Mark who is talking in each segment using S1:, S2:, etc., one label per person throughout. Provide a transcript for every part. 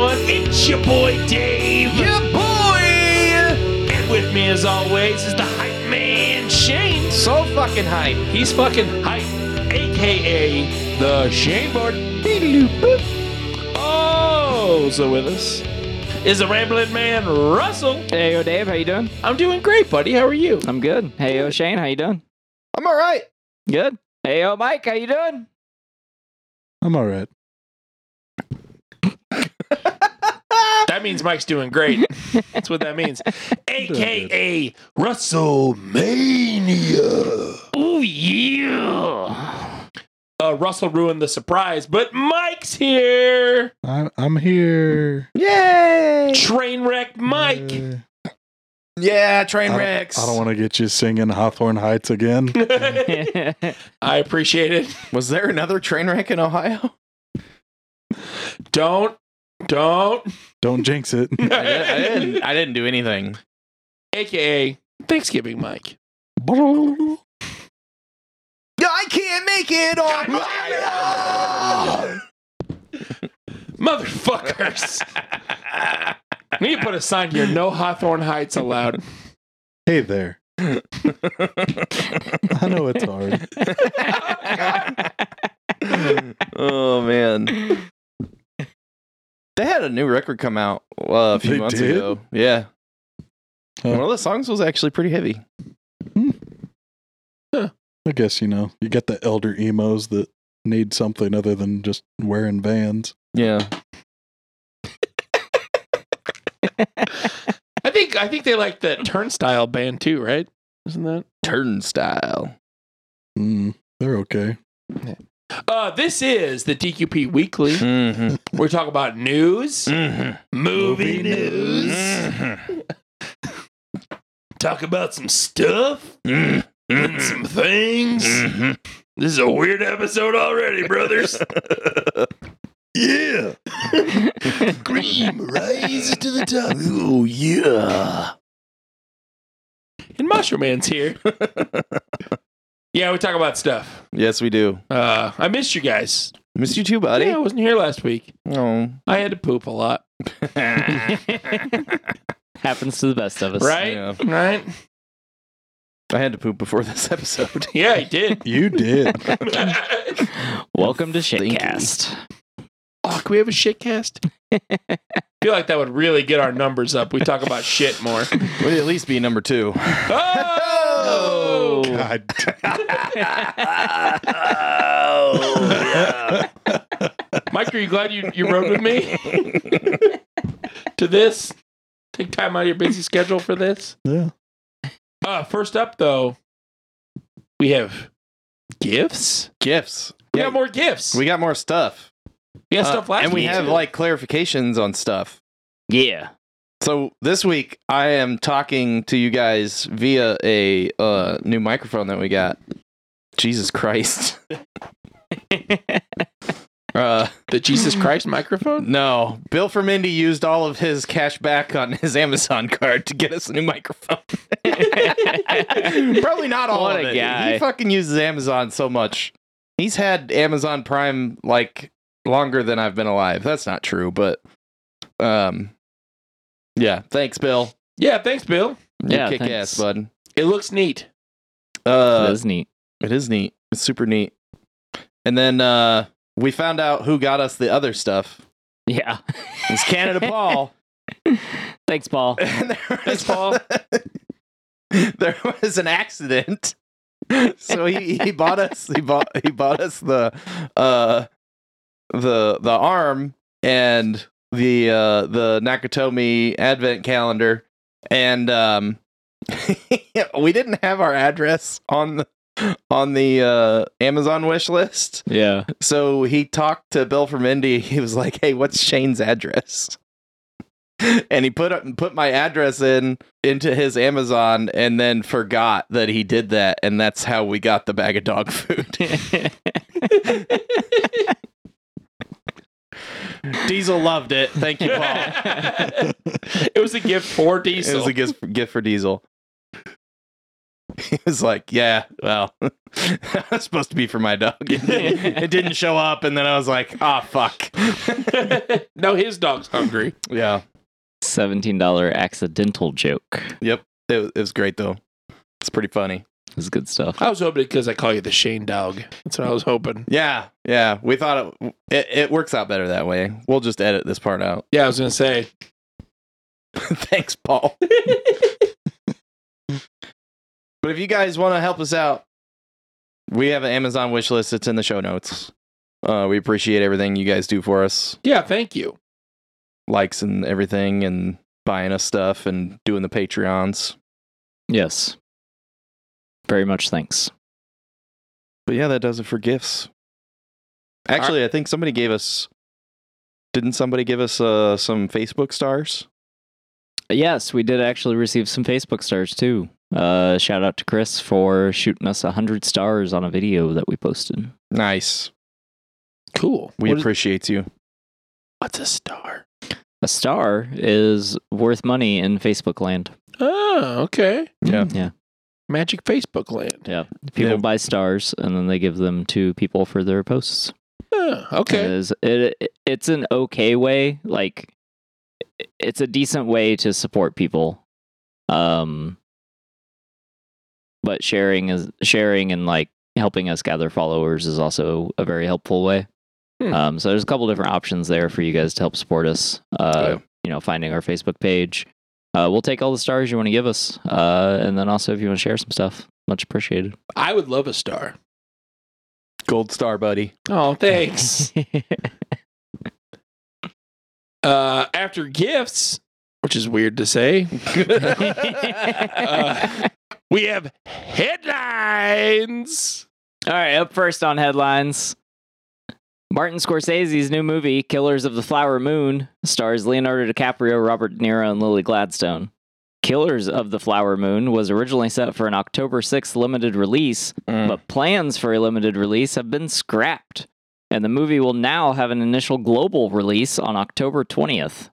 S1: It's your boy Dave.
S2: Yeah, boy!
S1: And with me, as always, is the hype man Shane.
S2: So fucking hype. He's fucking
S1: Hype, aka the Shane Board. Oh, so with us is the rambling man Russell.
S3: Hey, yo, Dave, how you doing?
S1: I'm doing great, buddy. How are you?
S3: I'm good. Hey, yo, Shane, how you doing?
S2: I'm all right.
S3: Good. Hey, yo, Mike, how you doing?
S4: I'm all right.
S1: That means Mike's doing great. That's what that means. AKA WrestleMania. Oh, yeah. Uh, Russell ruined the surprise, but Mike's here.
S4: I'm I'm here.
S2: Yay!
S1: Trainwreck Mike.
S4: Uh,
S2: Yeah, train
S4: I don't-
S2: wrecks.
S4: I don't want to get you singing Hawthorne Heights again.
S2: Mm-hmm.
S1: I appreciate it.
S2: Was there another train wreck in Ohio?
S1: Don't, don't.
S4: Don't jinx it.
S2: I, did, I didn't. I didn't do anything.
S1: AKA Thanksgiving Mike.
S2: I can't make it on
S1: Motherfuckers. We need to put a sign here no Hawthorne Heights allowed.
S4: hey there. I know it's hard.
S2: oh man. They had a new record come out uh, a few
S4: They
S2: months
S4: did?
S2: ago. Yeah.
S4: Huh.
S2: One of the songs was actually pretty heavy.
S4: I guess you know you got the elder emos that need something other than just wearing Vans.
S2: Yeah.
S1: I think I think they like that turnstile band too, right? Isn't that?
S2: Turnstile.
S4: Mm, they're okay.
S1: Uh, this is the DQP Weekly.
S2: Mm-hmm.
S1: We're talking about news,
S2: Mm-hmm.
S1: movie news, talk about some stuff and some things. This is a weird episode already, brothers.
S4: Yeah.
S1: Cream rises to the top.
S2: Oh yeah.
S1: And Mushroom Man's here. yeah, we talk about stuff.
S2: Yes, we do.
S1: Uh, I missed you guys.
S2: Miss you too, buddy.
S1: Yeah, I wasn't here last week.
S2: Oh.
S1: I had to poop a lot.
S3: Happens to the best of us.
S1: Right?
S2: Yeah.
S1: Right?
S2: I had to poop before this episode.
S1: Yeah, I did.
S4: You did.
S3: Welcome to
S2: Thank you.
S3: Shitcast.
S1: oh, can we have a shit cast? I feel like that would really get our numbers up. We talk about shit more.
S2: Would at least be number two.
S1: Oh!
S4: God.
S1: Mike, are you glad you, you rode with me to this? Take time out of your busy schedule for this.
S4: Yeah.
S1: Uh, first up, though, we have gifts.
S2: Gifts.
S1: We
S2: Yeah.
S1: got more gifts.
S2: We got more stuff.
S1: we got
S2: Uh,
S1: stuff last
S2: And we
S1: week,
S2: have
S1: too.
S2: like clarifications on stuff.
S3: yeah.
S2: So this week I am talking to you guys via a uh, new microphone that we got. Jesus Christ. uh,
S1: the Jesus Christ microphone.
S2: no, Bill Fermendi used all of his cash back on his Amazon card to get us a new microphone. Probably not all
S3: What
S2: of
S3: a
S2: it.
S3: guy.
S2: He fucking uses Amazon so much. He's had Amazon Prime like longer than I've been alive. That's not true, but um, yeah. Thanks, Bill.
S1: Yeah, thanks, Bill.
S2: You
S3: Yeah,
S2: kick
S3: thanks.
S2: ass, bud.
S1: It looks neat.
S2: Uh,
S3: that is neat.
S2: It is neat. It's super neat. And then uh, we found out who got us the other stuff.
S3: Yeah.
S2: It's Canada Paul.
S3: Thanks, Paul.
S2: And there was,
S1: Thanks, Paul.
S2: there was an accident. So he, he bought us he bought he bought us the uh the the arm and the uh the Nakatomi advent calendar and um we didn't have our address on the on the uh Amazon wish list.
S3: Yeah.
S2: So he talked to Bill from Indy. He was like, "Hey, what's Shane's address?" And he put put my address in into his Amazon, and then forgot that he did that, and that's how we got the bag of dog food. Diesel loved it. Thank you, Paul.
S1: it was a gift for
S2: it
S1: Diesel.
S2: was a gift, gift for Diesel. he was like, "Yeah, well, that was supposed to be for my dog. It didn't, it didn't show up." And then I was like, "Ah, fuck."
S1: no, his dog's hungry.
S2: yeah.
S3: Seventeen dollar accidental joke.
S2: Yep. It, was- it was great though. It's pretty funny.
S3: It's good stuff.
S1: I was hoping because I call you the Shane dog. That's what I was hoping.
S2: Yeah. Yeah. We thought it, it it works out better that way. We'll just edit this part out.
S1: Yeah, I was gonna say.
S2: Thanks, Paul. but if you guys want to help us out, we have an Amazon wish list. It's in the show notes. Uh, we appreciate everything you guys do for us,
S1: Yeah, thank you.
S2: likes and everything, and buying us stuff and doing the Patreons.
S3: Yes. Very much thanks.
S2: But yeah, that does it for gifts. Actually, I think somebody gave us. Didn't somebody give us uh, some Facebook stars?
S3: Yes, we did actually receive some Facebook stars too. Uh, shout out to Chris for shooting us 100 stars on a video that we posted.
S2: Nice.
S1: Cool.
S2: We
S1: What is-
S2: appreciate you.
S1: what's a star?
S3: A star is worth money in Facebook land.
S1: Oh, okay.
S2: Yeah.
S3: Yeah.
S1: Magic Facebook land.
S3: Yeah. People
S2: Yeah.
S3: buy stars and then they give them to people for their posts.
S1: Oh,
S3: It
S2: Uh,
S1: okay.
S3: is, it, it- it's an okay way. Like, it- it's a decent way to support people. Um, but sharing is sharing and like helping us gather followers is also a very helpful way.
S1: Hmm.
S3: Um, so there's a couple different options there for you guys to help support us. Uh,
S2: Yeah.
S3: You know, finding our Facebook page. Uh, we'll take all the stars you want to give us, uh, and then also if you want to share some stuff, much appreciated.
S1: I would love a star.
S2: Gold star, buddy.
S1: Oh, thanks. uh, after gifts, which is weird to say, Uh, we have headlines.
S3: All right, up first on headlines. Martin Scorsese's new movie, Killers of the Flower Moon, stars Leonardo DiCaprio, Robert De Niro, and Lily Gladstone. Killers of the Flower Moon was originally set for an October 6th limited release,
S2: Mm.
S3: but plans for a limited release have been scrapped. And the movie will now have an initial global release on October 20th,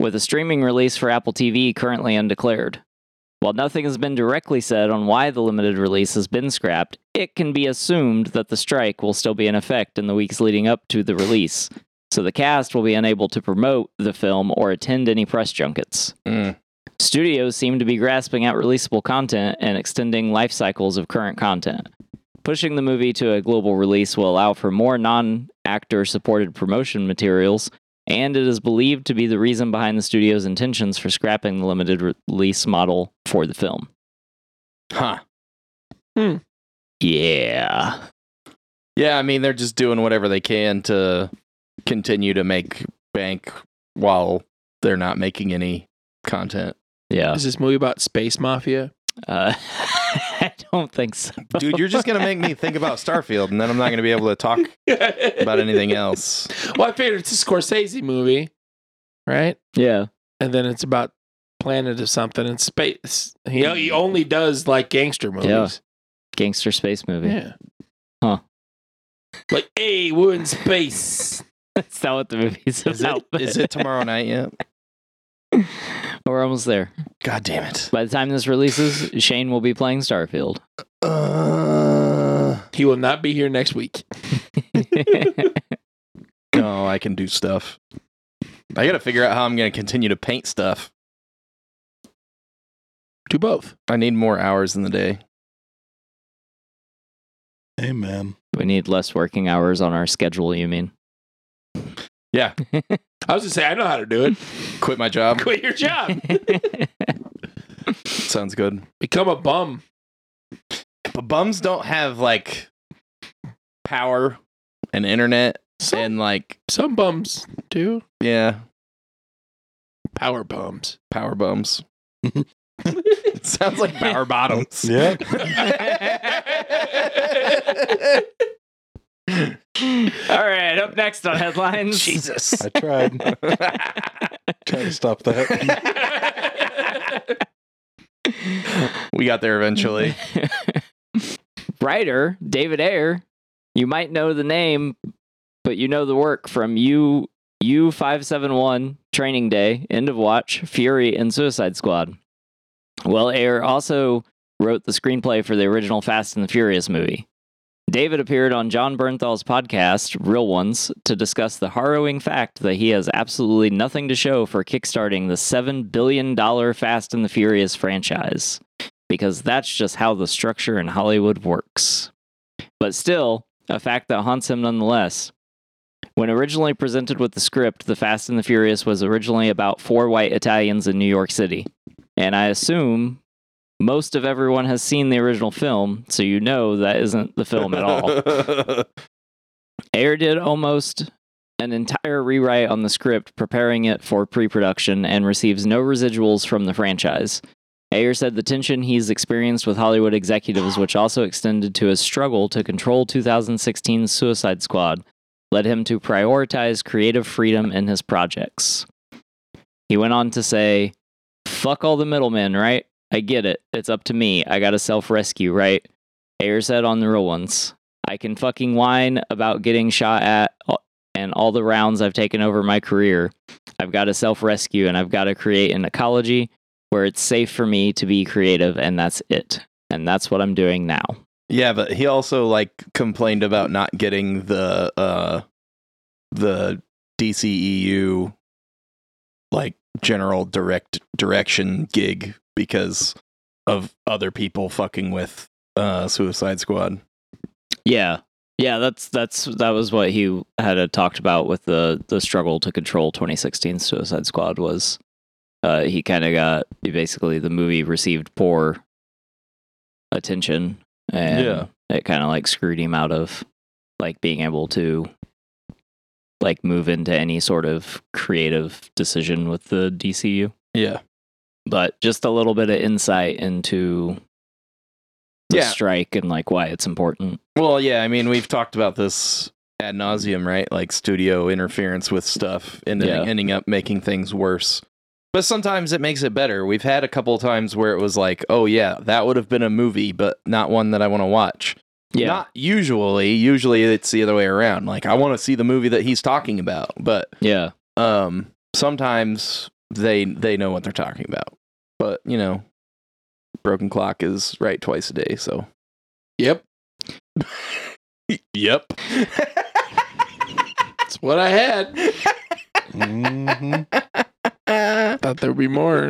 S3: with a streaming release for Apple TV currently undeclared. While nothing has been directly said on why the limited release has been scrapped, it can be assumed that the strike will still be in effect in the weeks leading up to the release, so the cast will be unable to promote the film or attend any press junkets.
S2: Mm.
S3: Studios seem to be grasping at releasable content and extending life cycles of current content. Pushing the movie to a global release will allow for more non actor supported promotion materials, and it is believed to be the reason behind the studio's intentions for scrapping the limited release model for the film.
S2: Huh.
S3: Yeah.
S2: Yeah, I mean they're just doing whatever they can to continue to make bank while they're not making any content. Uh.
S3: Yeah.
S1: Is this movie about space mafia?
S3: Uh, I don't think so.
S2: Dude, you're just gonna make me think about Starfield, and then I'm not gonna be able to talk about anything else.
S1: Well, I figured it's a Scorsese movie, right?
S3: Yeah.
S1: And then it's about planet of something in space. You know,
S2: Mm.
S1: he only does like gangster movies.
S3: Gangster space movie.
S1: Yeah.
S3: Huh.
S1: Like, hey, we're in space.
S3: That's not what the movie's
S2: Is it,
S3: about.
S2: is it tomorrow night yet?
S3: We're almost there.
S2: God damn it!
S3: By the time this releases, Shane will be playing Starfield.
S2: Uh,
S1: He will not be here next week.
S2: no, I can do stuff. I gotta figure out how I'm gonna continue to paint stuff.
S1: Do both.
S2: I need more hours in the day.
S4: Amen.
S3: we need less working hours on our schedule, you mean?
S2: Yeah.
S1: I was gonna say I know how to do it.
S2: Quit my job.
S1: Quit your job.
S2: Sounds good.
S1: Become a bum.
S2: But bums don't have like power and internet
S1: Some,
S2: and like
S1: some bums do.
S2: yeah,
S1: Power bums.
S2: power bums. It sounds like power bottoms.
S4: Yeah.
S3: All right, up next on headlines.
S2: Jesus.
S4: I tried. tried to stop that.
S2: we got there eventually.
S3: Writer David Ayer, you might know the name, but you know the work from U U five seven one Training Day, End of Watch, Fury, and Suicide Squad. Well, Ayer also wrote the screenplay for the original Fast and the Furious movie. David appeared on John Bernthal's podcast, Real Ones, to discuss the harrowing fact that he has absolutely nothing to show for kickstarting the $7 billion Fast and the Furious franchise, because that's just how the structure in Hollywood works. But still, a fact that haunts him nonetheless. When originally presented with the script, The Fast and the Furious was originally about four white Italians in New York City. And I assume most of everyone has seen the original film, so you know that isn't the film at all. Ayer did almost an entire rewrite on the script, preparing it for pre production, and receives no residuals from the franchise. Ayer said the tension he's experienced with Hollywood executives, which also extended to his struggle to control 2016's Suicide Squad, led him to prioritize creative freedom in his projects. He went on to say, Fuck all the middlemen, right? I get it. It's up to me. I gotta self rescue, right? Ayer said on the real ones. I can fucking whine about getting shot at and all the rounds I've taken over my career. I've got to self rescue and I've got to create an ecology where it's safe for me to be creative, and that's it. And that's what I'm doing now.
S2: yeah, but he also like complained about not getting the uh the DCEU like general direct direction gig because of other people fucking with uh Suicide Squad.
S3: Yeah. Yeah, that's that's that was what he had uh, talked about with the the struggle to control 2016 Suicide Squad was uh he kind of got basically the movie received poor attention and
S2: Yeah.
S3: it kind of like screwed him out of like being able to like move into any sort of creative decision with the DCU
S2: Yeah.
S3: but just a little bit of insight into the
S2: Yeah.
S3: strike and like why it's important.
S2: Well, yeah, I mean, we've talked about this ad nauseum, right? Like studio interference with stuff and then
S3: Yeah.
S2: ending up making things worse. But sometimes it makes it better. We've had a couple times where it was like, oh, yeah, that would have been a movie, but not one that I want to watch. Not usually. Usually it's the other way around. Like, I want to see the movie that he's talking about, but
S3: yeah.
S2: um, sometimes they they know what they're talking about. But, you know, broken clock is right twice a day, so.
S1: Yep.
S2: Yep.
S1: That's what I had.
S4: Mhm.
S1: Thought there'd be more.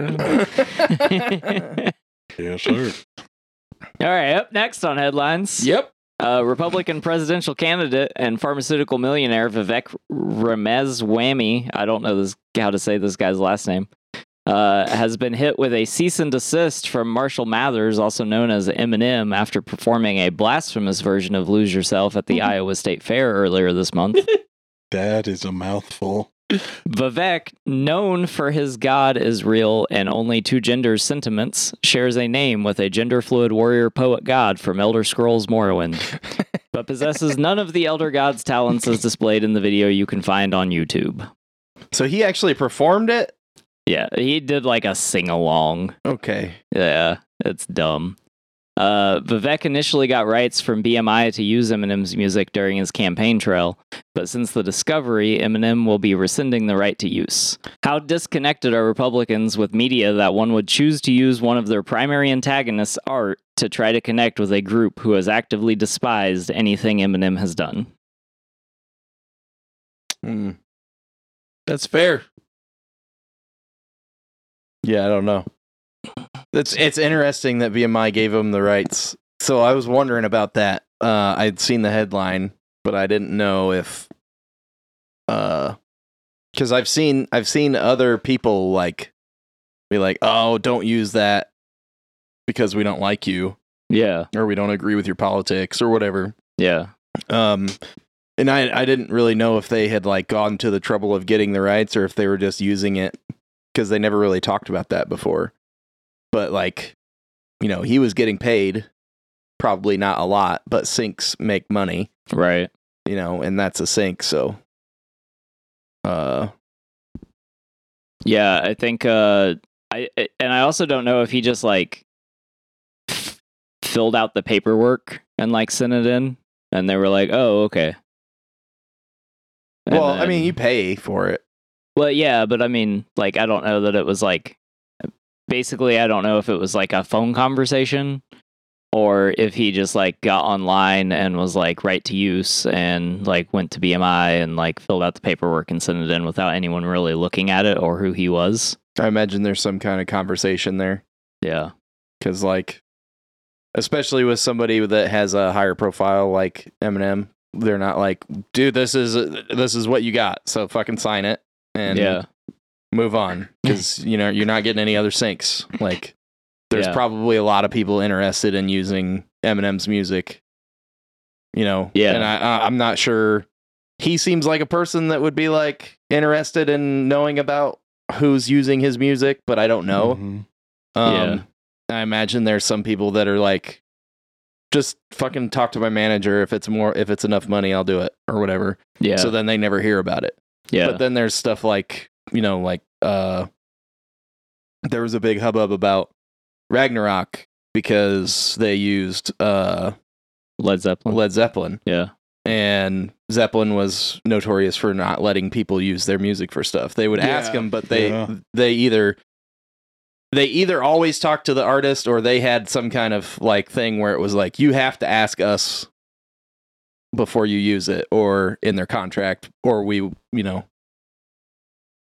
S4: Yes, sir.
S3: All right. Up next on headlines,
S1: Yep.
S3: uh, Republican presidential candidate and pharmaceutical millionaire Vivek Ramaswamy. I don't know this how to say this guy's last name. Uh, has been hit with a cease and desist from Marshall Mathers, also known as Eminem, after performing a blasphemous version of "Lose Yourself" at the Iowa State Fair earlier this month.
S4: That is a mouthful.
S3: Vivek, known for his God is real and only two genders sentiments, shares a name with a gender fluid warrior poet god from Elder Scrolls Morrowind, but possesses none of the Elder God's talents as displayed in the video you can find on YouTube.
S2: so he actually performed it?
S3: Yeah, he did like a sing along.
S2: Okay.
S3: Yeah, it's dumb. Uh, Vivek initially got rights from BMI to use Eminem's music during his campaign trail, but since the discovery, Eminem will be rescinding the right to use. How disconnected are Republicans with media that one would choose to use one of their primary antagonists' art to try to connect with a group who has actively despised anything Eminem has done?
S2: Mm.
S1: That's fair.
S2: Yeah, I don't know. It's it's interesting that BMI gave him the rights. So I was wondering about that. Uh, I'd seen the headline, but I didn't know if uh cuz I've seen I've seen other people like be like, "Oh, don't use that because we don't like you
S3: Yeah,
S2: or we don't agree with your politics or whatever."
S3: yeah.
S2: Um, and I I didn't really know if they had like gone to the trouble of getting the rights or if they were just using it because they never really talked about that before. But like, you know, he was getting paid, probably not a lot, but sinks make money,
S3: Right.
S2: you know, and that's a sink. So, uh,
S3: Yeah, I think uh I I- and I also don't know if he just like f- filled out the paperwork and like sent it in and they were like, "Oh, okay." And
S2: well, I
S3: then-
S2: mean, you pay for it.
S3: Well, yeah, but I mean, like I don't know that it was like basically I don't know if it was like a phone conversation or if he just like got online and was like right to use and like went to BMI and like filled out the paperwork and sent it in without anyone really looking at it or who he was.
S2: I imagine there's some kind of conversation there
S3: Yeah.
S2: because, like, especially with somebody that has a higher profile like Eminem, they're not like, dude, this is this is what you got, so fucking sign it and
S3: yeah.
S2: move on because you know you're not getting any other syncs. Like, there's
S3: Yeah.
S2: probably a lot of people interested in using Eminem's music. You know,
S3: Yeah.
S2: and I, I I'm not sure. He seems like a person that would be like interested in knowing about who's using his music, but I don't know.
S4: Mhm.
S2: Um,
S3: Yeah.
S2: I imagine there's some people that are like, just fucking talk to my manager if it's more if it's enough money, I'll do it or whatever.
S3: Yeah.
S2: So then they never hear about it.
S3: yeah.
S2: But then there's stuff like you know like uh, there was a big hubbub about Ragnarok because they used uh
S3: Led Zeppelin.
S2: Led Zeppelin
S3: yeah.
S2: and Zeppelin was notorious for not letting people use their music for stuff. They would ask
S1: Yeah.
S2: them, but they
S4: Yeah.
S2: they either they either always talked to the artist or they had some kind of like thing where it was like you have to ask us before you use it or in their contract or we you know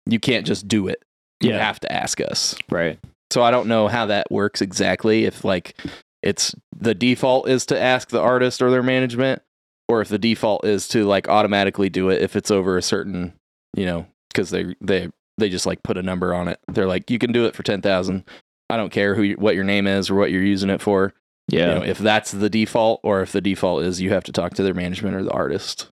S2: you can't just do it. You
S3: Yeah.
S2: have to ask us.
S3: Right.
S2: So I don't know how that works exactly. If like it's the default is to ask the artist or their management, or if the default is to like automatically do it if it's over a certain, you know, because they they they just like put a number on it. They're like, you can do it for ten thousand. I don't care who you, what your name is or what you're using it for.
S3: Yeah.
S2: You know, if that's the default, or if the default is you have to talk to their management or the artist.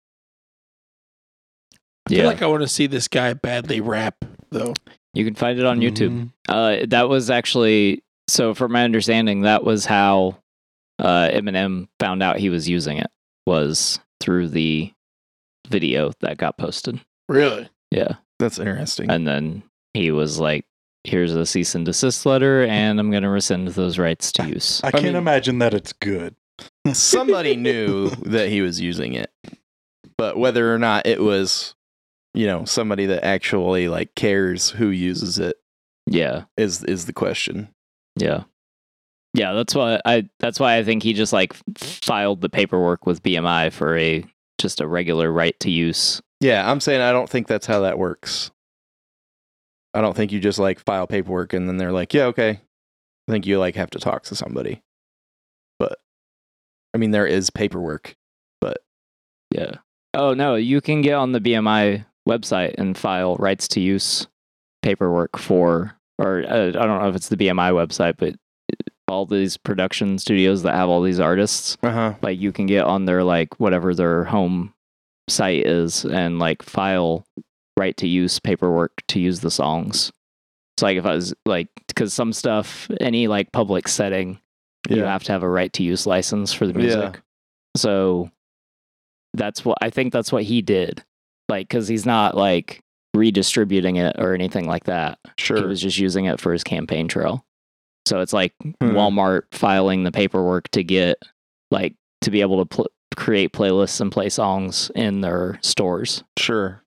S1: I
S3: yeah.
S1: feel like I want to see this guy badly rap though.
S3: you can find it on YouTube.
S4: Mhm.
S2: Mm-hmm.
S3: Uh, that was actually so. From my understanding, that was how uh, Eminem found out he was using it was through the video that got posted.
S1: Really?
S3: Yeah,
S2: That's interesting.
S3: and then he was like, "Here's a cease and desist letter, and I'm gonna rescind those rights to use."
S4: I can't
S2: mean-
S4: imagine that it's good.
S2: somebody knew that he was using it but whether or not it was you know somebody that actually like cares who uses it
S3: Yeah,
S2: is is the question
S3: yeah, yeah. That's why I. That's why I think he just like filed the paperwork with BMI for a just a regular right to use.
S2: yeah i'm saying i don't think that's how that works i don't think you just like file paperwork and then they're like yeah okay i think you like have to talk to somebody but i mean there is paperwork
S3: Yeah. Oh no, you can get on the BMI website and file rights to use paperwork for, or uh, I don't know if it's the BMI website, but all these production studios that have all these artists,
S2: uh-huh
S3: like you can get on their like whatever their home site is and like file right to use paperwork to use the songs. So like if I was like, because some stuff, any like public setting, you
S2: yeah
S3: have to have a right to use license for the
S2: Yeah.
S3: music. So that's what I think that's what he did. Like, because he's not like redistributing it or anything like that. He
S2: sure
S3: was just using it for his campaign trail. So it's like
S2: Hmm.
S3: Walmart filing the paperwork to get, like, to be able to pl- create playlists and play songs in their stores.
S2: sure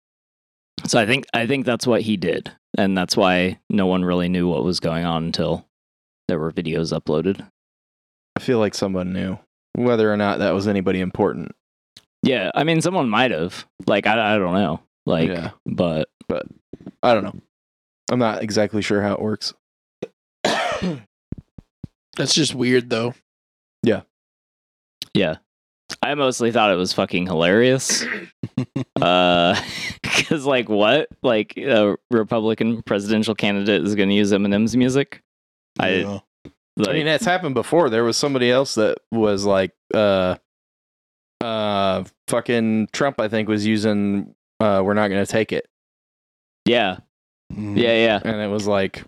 S3: So I think I think that's what he did, and that's why no one really knew what was going on until there were videos uploaded.
S2: i feel like someone knew whether or not that was anybody important
S3: Yeah, I mean, someone might have. Like, I, I don't know. Like,
S2: yeah
S3: but
S2: I don't know. I'm not exactly sure how it works.
S1: That's just weird though.
S3: I mostly thought it was fucking hilarious. uh, because like what? Like a Republican presidential candidate is going to use Eminem's music? I-
S4: Yeah.
S3: Like,
S2: I mean, that's happened before. There was somebody else that was like, uh, uh, fucking Trump. I think was using. Uh, we're not going to take it,
S3: yeah,
S4: Mhm.
S3: yeah, yeah.
S2: and it was like,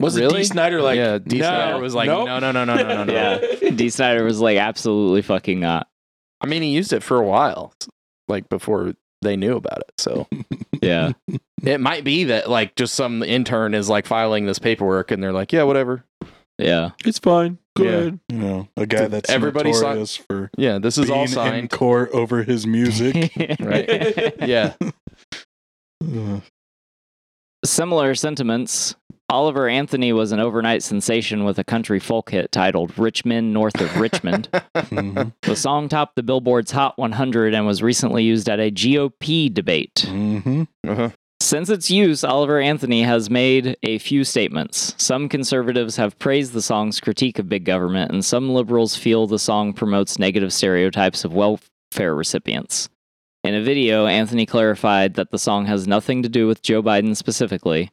S1: Was it
S2: Really?
S1: D. Snyder like
S2: yeah, D.
S1: no,
S2: Snyder was like,
S1: nope.
S2: no, no, no, no, no, no, no.
S3: Yeah. D. Snyder was like, absolutely fucking not.
S2: I mean, he used it for a while, like before they knew about it. So
S3: Yeah,
S2: it might be that like just some intern is like filing this paperwork, and they're like, yeah, whatever.
S3: yeah,
S1: It's fine. Go
S2: Yeah.
S1: ahead.
S4: You know, a guy
S2: Dude,
S4: that's
S2: everybody saw-
S4: notorious for
S2: Yeah, this is
S4: being
S2: all
S4: in
S2: signed.
S4: court over his music.
S2: Right. yeah,
S4: Ugh.
S3: Similar sentiments Oliver Anthony was an overnight sensation with a country folk hit titled Richmond North of Richmond.
S4: Mhm.
S3: The song topped the Billboard's Hot 100 and was recently used at a GOP debate.
S4: Mhm.
S2: Uh-huh.
S3: Since its use, Oliver Anthony has made a few statements. Some conservatives have praised the song's critique of big government, and some liberals feel the song promotes negative stereotypes of welfare recipients. In a video, Anthony clarified that the song has nothing to do with Joe Biden specifically,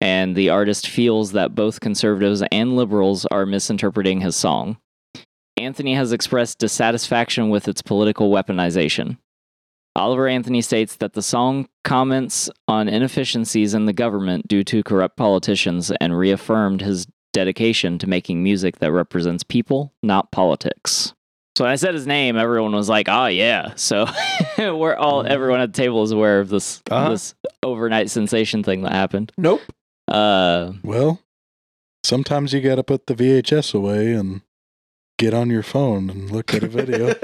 S3: and the artist feels that both conservatives and liberals are misinterpreting his song. Anthony has expressed dissatisfaction with its political weaponization. Oliver Anthony states that the song comments on inefficiencies in the government due to corrupt politicians and reaffirmed his dedication to making music that represents people, not politics. So when I said his name, everyone was like, "Oh yeah." So we're all everyone at the table is aware of this
S2: Uh-huh.
S3: this overnight sensation thing that happened.
S1: Nope.
S3: Uh,
S4: Well, sometimes you got to put the VHS away and get on your phone and look at a video.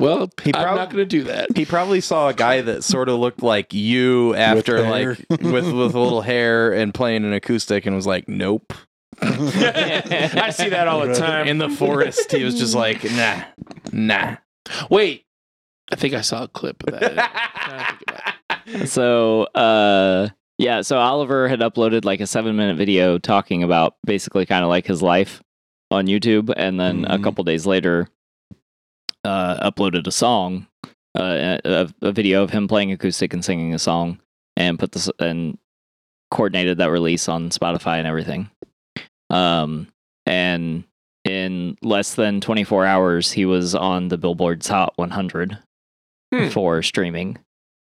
S1: well,
S2: He
S1: I'm
S2: prob-
S1: not going to do that.
S2: He probably saw a guy that sort of looked like you after
S4: hair.
S2: like with with a little hair and playing an acoustic and was like, nope.
S1: I see that all the time.
S2: In the forest, he was just like, nah, nah.
S1: Wait, I think I saw a clip of that. I think about
S3: so uh yeah so oliver had uploaded like a seven minute video talking about basically kind of like his life on youtube and then a
S4: Mhm.
S3: couple days later uh uploaded a song uh, a, a video of him playing acoustic and singing a song and put this and coordinated that release on spotify and everything um and in less than 24 hours he was on the billboard's hot 100
S1: Hmm.
S3: for streaming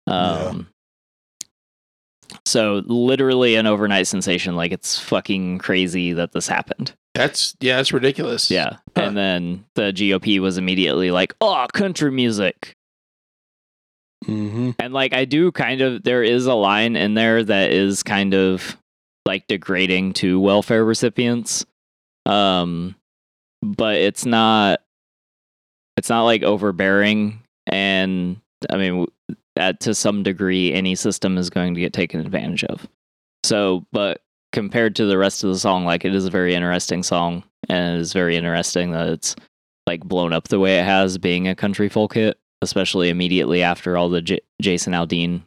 S3: um so literally an overnight sensation like it's fucking crazy that this happened
S1: that's yeah, that's ridiculous.
S3: yeah
S1: Huh.
S3: and then the gop was immediately like oh country music
S4: hmm
S3: and like I do kind of there is a line in there that is kind of like degrading to welfare recipients. Um but it's not it's not like overbearing and I mean w- that to some degree any system is going to get taken advantage of. So but compared to the rest of the song like it is a very interesting song and it is very interesting that it's like blown up the way it has being a country folk hit especially immediately after all the J- Jason Aldean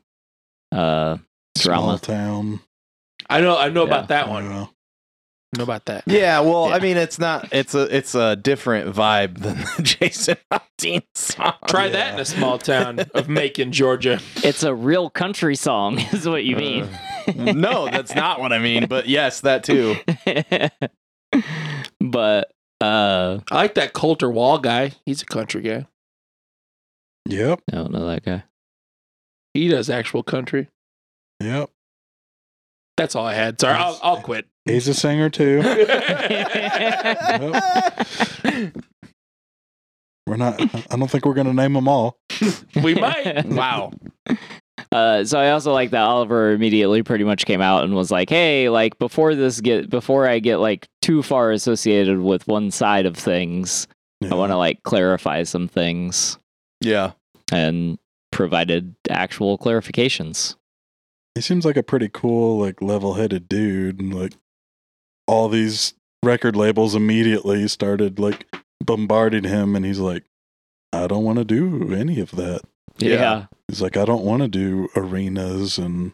S3: uh,
S4: Small
S3: drama.
S4: town.
S1: I know. I know
S3: Yeah.
S1: about that
S4: I
S1: one.
S4: don't
S1: I
S4: know.
S1: know about that.
S2: Yeah, well, I
S3: Yeah.
S2: mean, it's not. It's a it's a different vibe than the Jason Aldean song.
S1: Try that in a small town of Macon, Georgia.
S3: It's a real country song, is what you mean.
S2: Uh, no, that's not what I mean. But yes, that too.
S3: but uh,
S1: I like that Coulter Wall guy. He's a country guy.
S4: Yep.
S3: I don't know that guy.
S1: He does actual country.
S4: Yep.
S1: That's all I had. Sorry, I'll, I'll quit.
S4: He's a singer too. We're not. I don't think we're gonna name them all.
S1: we might.
S2: wow.
S3: Uh, so I also like that Oliver immediately pretty much came out and was like, "Hey, like before this get before I get like too far associated with one side of things, I want to like clarify some things
S2: Yeah.
S3: and provided actual clarifications."
S4: He seems like a pretty cool, like level-headed dude, and like all these record labels immediately started like bombarding him, and he's like, "I don't want to do any of that."
S2: Yeah.
S4: He's like, "I don't want to do arenas and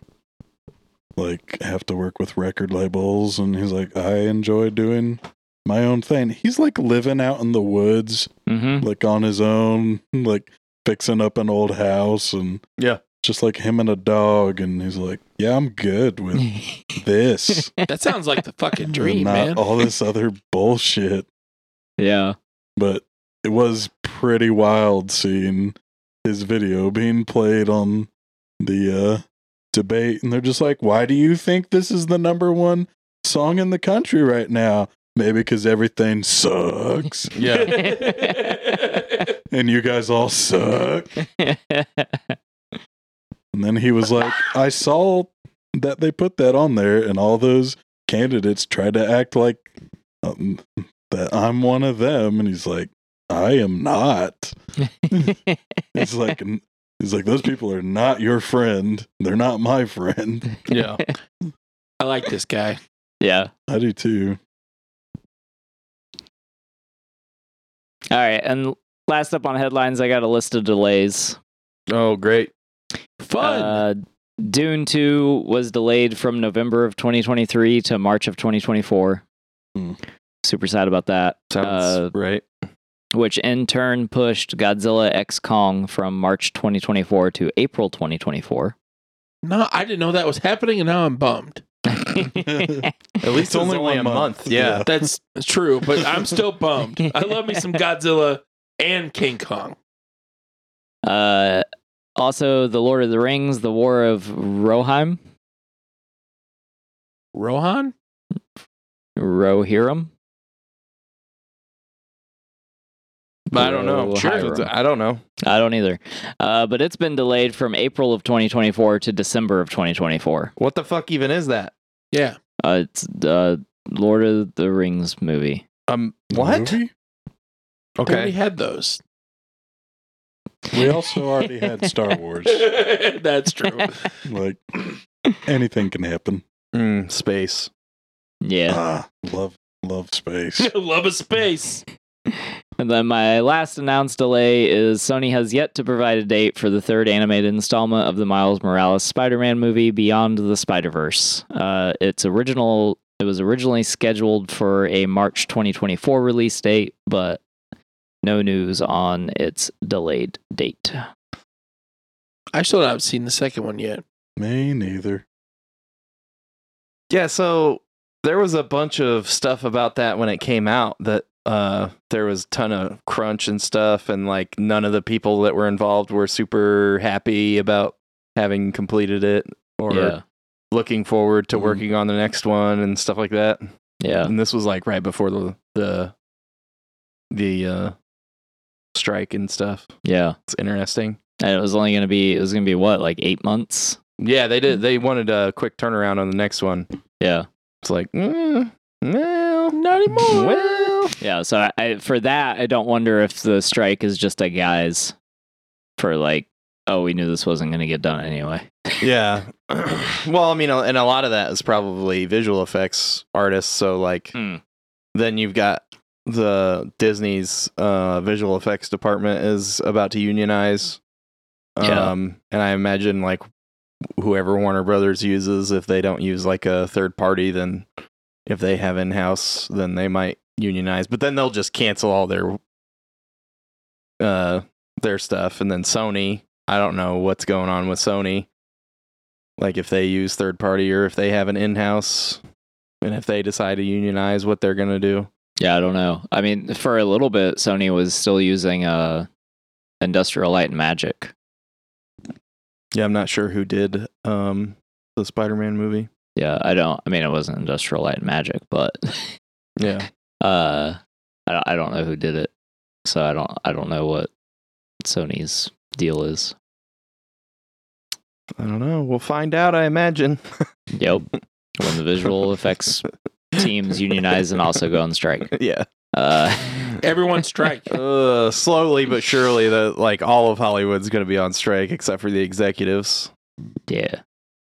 S4: like have to work with record labels." And he's like, "I enjoy doing my own thing." He's like living out in the woods
S3: Mm-hmm.
S4: like on his own, like fixing up an old house and
S2: Yeah.
S4: just like him and a dog. And he's like, yeah, I'm good with this,
S1: That sounds like the fucking
S4: and
S1: dream,
S4: not
S1: man.
S4: all this other bullshit.
S3: yeah.
S4: But it was pretty wild seeing his video being played on the uh, debate, and they're just like, why do you think this is the number one song in the country right now? Maybe because everything sucks,
S2: Yeah.
S4: and you guys all suck. And then he was like, I saw that they put that on there, and all those candidates tried to act like um, that I'm one of them. And he's like, I am not. It's like, "N- He's like, those people are not your friend. They're not my friend.
S2: Yeah.
S1: I like this guy.
S3: yeah.
S4: I do too.
S3: All right. And last up on headlines, I got a list of delays.
S2: Oh, great.
S1: Fun.
S3: Uh, Dune 2 was delayed from November of 2023 to March of 2024.
S4: Hmm.
S3: Super sad about that.
S2: Sounds
S3: Uh,
S2: right.
S3: Which in turn pushed Godzilla X Kong from March 2024 to April 2024.
S1: no, I didn't know that was happening, and now I'm bummed.
S2: At least it's only, a month. Yeah.
S1: That's true, but I'm still bummed. I love me some Godzilla and King Kong.
S3: uh, also, The Lord of the Rings, The War of Rohirrim.
S1: Rohan?
S3: Rohirrim?
S2: But I don't know.
S3: Sure.
S2: It's- I don't know.
S3: I don't either. Uh, but it's been delayed from April of 2024 to December of 2024.
S2: What the fuck even is that?
S1: Yeah.
S3: Uh, it's uh, Lord of the Rings movie.
S2: Um, what?
S4: Movie?
S1: Okay. They already
S2: Okay.
S1: had those.
S4: We also already had Star Wars.
S1: That's true.
S4: Like anything can happen.
S2: Mm, space.
S3: Yeah.
S4: Ah, love love space.
S1: love of space.
S3: And then my last announced delay is Sony has yet to provide a date for the third animated installment of the Miles Morales Spider-Man movie Beyond the Spider-Verse. Uh, its original it was originally scheduled for a March 2024 release date, but no news on its delayed date.
S1: I still haven't seen the second one yet.
S4: Me neither.
S2: Yeah, so there was a bunch of stuff about that when it came out that uh there was a ton of crunch and stuff and like none of the people that were involved were super happy about having completed it or
S3: yeah.
S2: looking forward to
S4: Mhm.
S2: working on the next one and stuff like that.
S3: Yeah.
S2: And this was like right before the the the uh strike and stuff.
S3: Yeah.
S2: It's interesting.
S3: And it was only going to be it was going to be what? Like 8 months?
S2: Yeah, they did they wanted a quick turnaround on the next one.
S3: Yeah.
S2: It's like, mm, well,
S1: Not anymore.
S2: well,
S3: Yeah, so I, I for that I don't wonder if the strike is just a guise for like, oh, we knew this wasn't going to get done anyway.
S2: yeah. well, I mean, and a lot of that is probably visual effects artists. So, like,
S3: Hmm.
S2: then you've got the Disney's uh, visual effects department is about to unionize.
S3: Yeah.
S2: Um, and I imagine like whoever Warner Brothers uses, if they don't use like a third party, then if they have in house, then they might unionize. But then they'll just cancel all their uh their stuff, and then Sony. I don't know what's going on with Sony. Like if they use third party or if they have an in house, and if they decide to unionize, what they're gonna do.
S3: Yeah, I don't know. I mean, for a little bit, Sony was still using uh, Industrial Light and Magic.
S2: Yeah, I'm not sure who did um the Spider-Man movie.
S3: Yeah, I don't. I mean, it wasn't Industrial Light and Magic, but
S2: Yeah,
S3: uh, I don't, I don't know who did it, so I don't I don't know what Sony's deal is.
S2: I don't know. We'll find out. I imagine.
S3: Yep, when the visual effects teams unionize and also go on strike.
S2: yeah.
S3: Uh,
S1: Everyone strike.
S2: Uh, slowly but surely, the like all of Hollywood's going to be on strike except for the executives.
S3: yeah.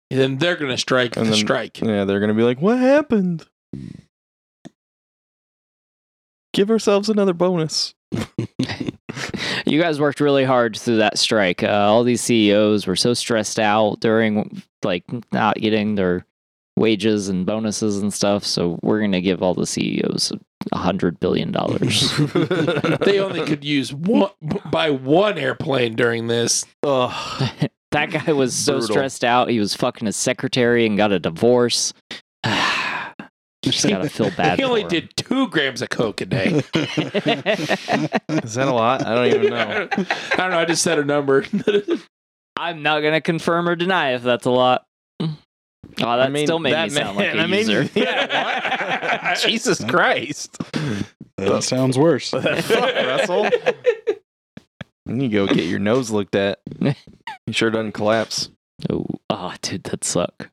S1: and then they're going to strike
S2: And
S1: the
S2: then-
S1: strike.
S2: Yeah, they're going to be like, "What happened?" Give ourselves another bonus.
S3: you guys worked really hard through that strike. Uh, all these CEOs were so stressed out during like not getting their wages and bonuses and stuff. So we're gonna give all the CEOs a hundred billion dollars.
S1: They only could use one buy one airplane during this.
S2: Ugh.
S3: that guy was so
S2: Brutal.
S3: stressed out. He was fucking his secretary and got a divorce. Just gotta feel bad.
S1: he only
S3: for him.
S1: did two grams of coke a day.
S2: Is that a lot? I don't even know.
S1: I don't know. I just said a number.
S3: I'm not gonna confirm or deny if that's a lot. Oh, that
S2: I mean,
S3: still made
S2: that
S3: me sound
S2: ma-
S3: like a
S2: that made me-
S3: user.
S2: yeah, what? Jesus Christ.
S4: That sounds worse.
S2: Fuck, Russell. You go get your nose looked at. It sure doesn't collapse.
S3: Oh, ah, dude, that suck.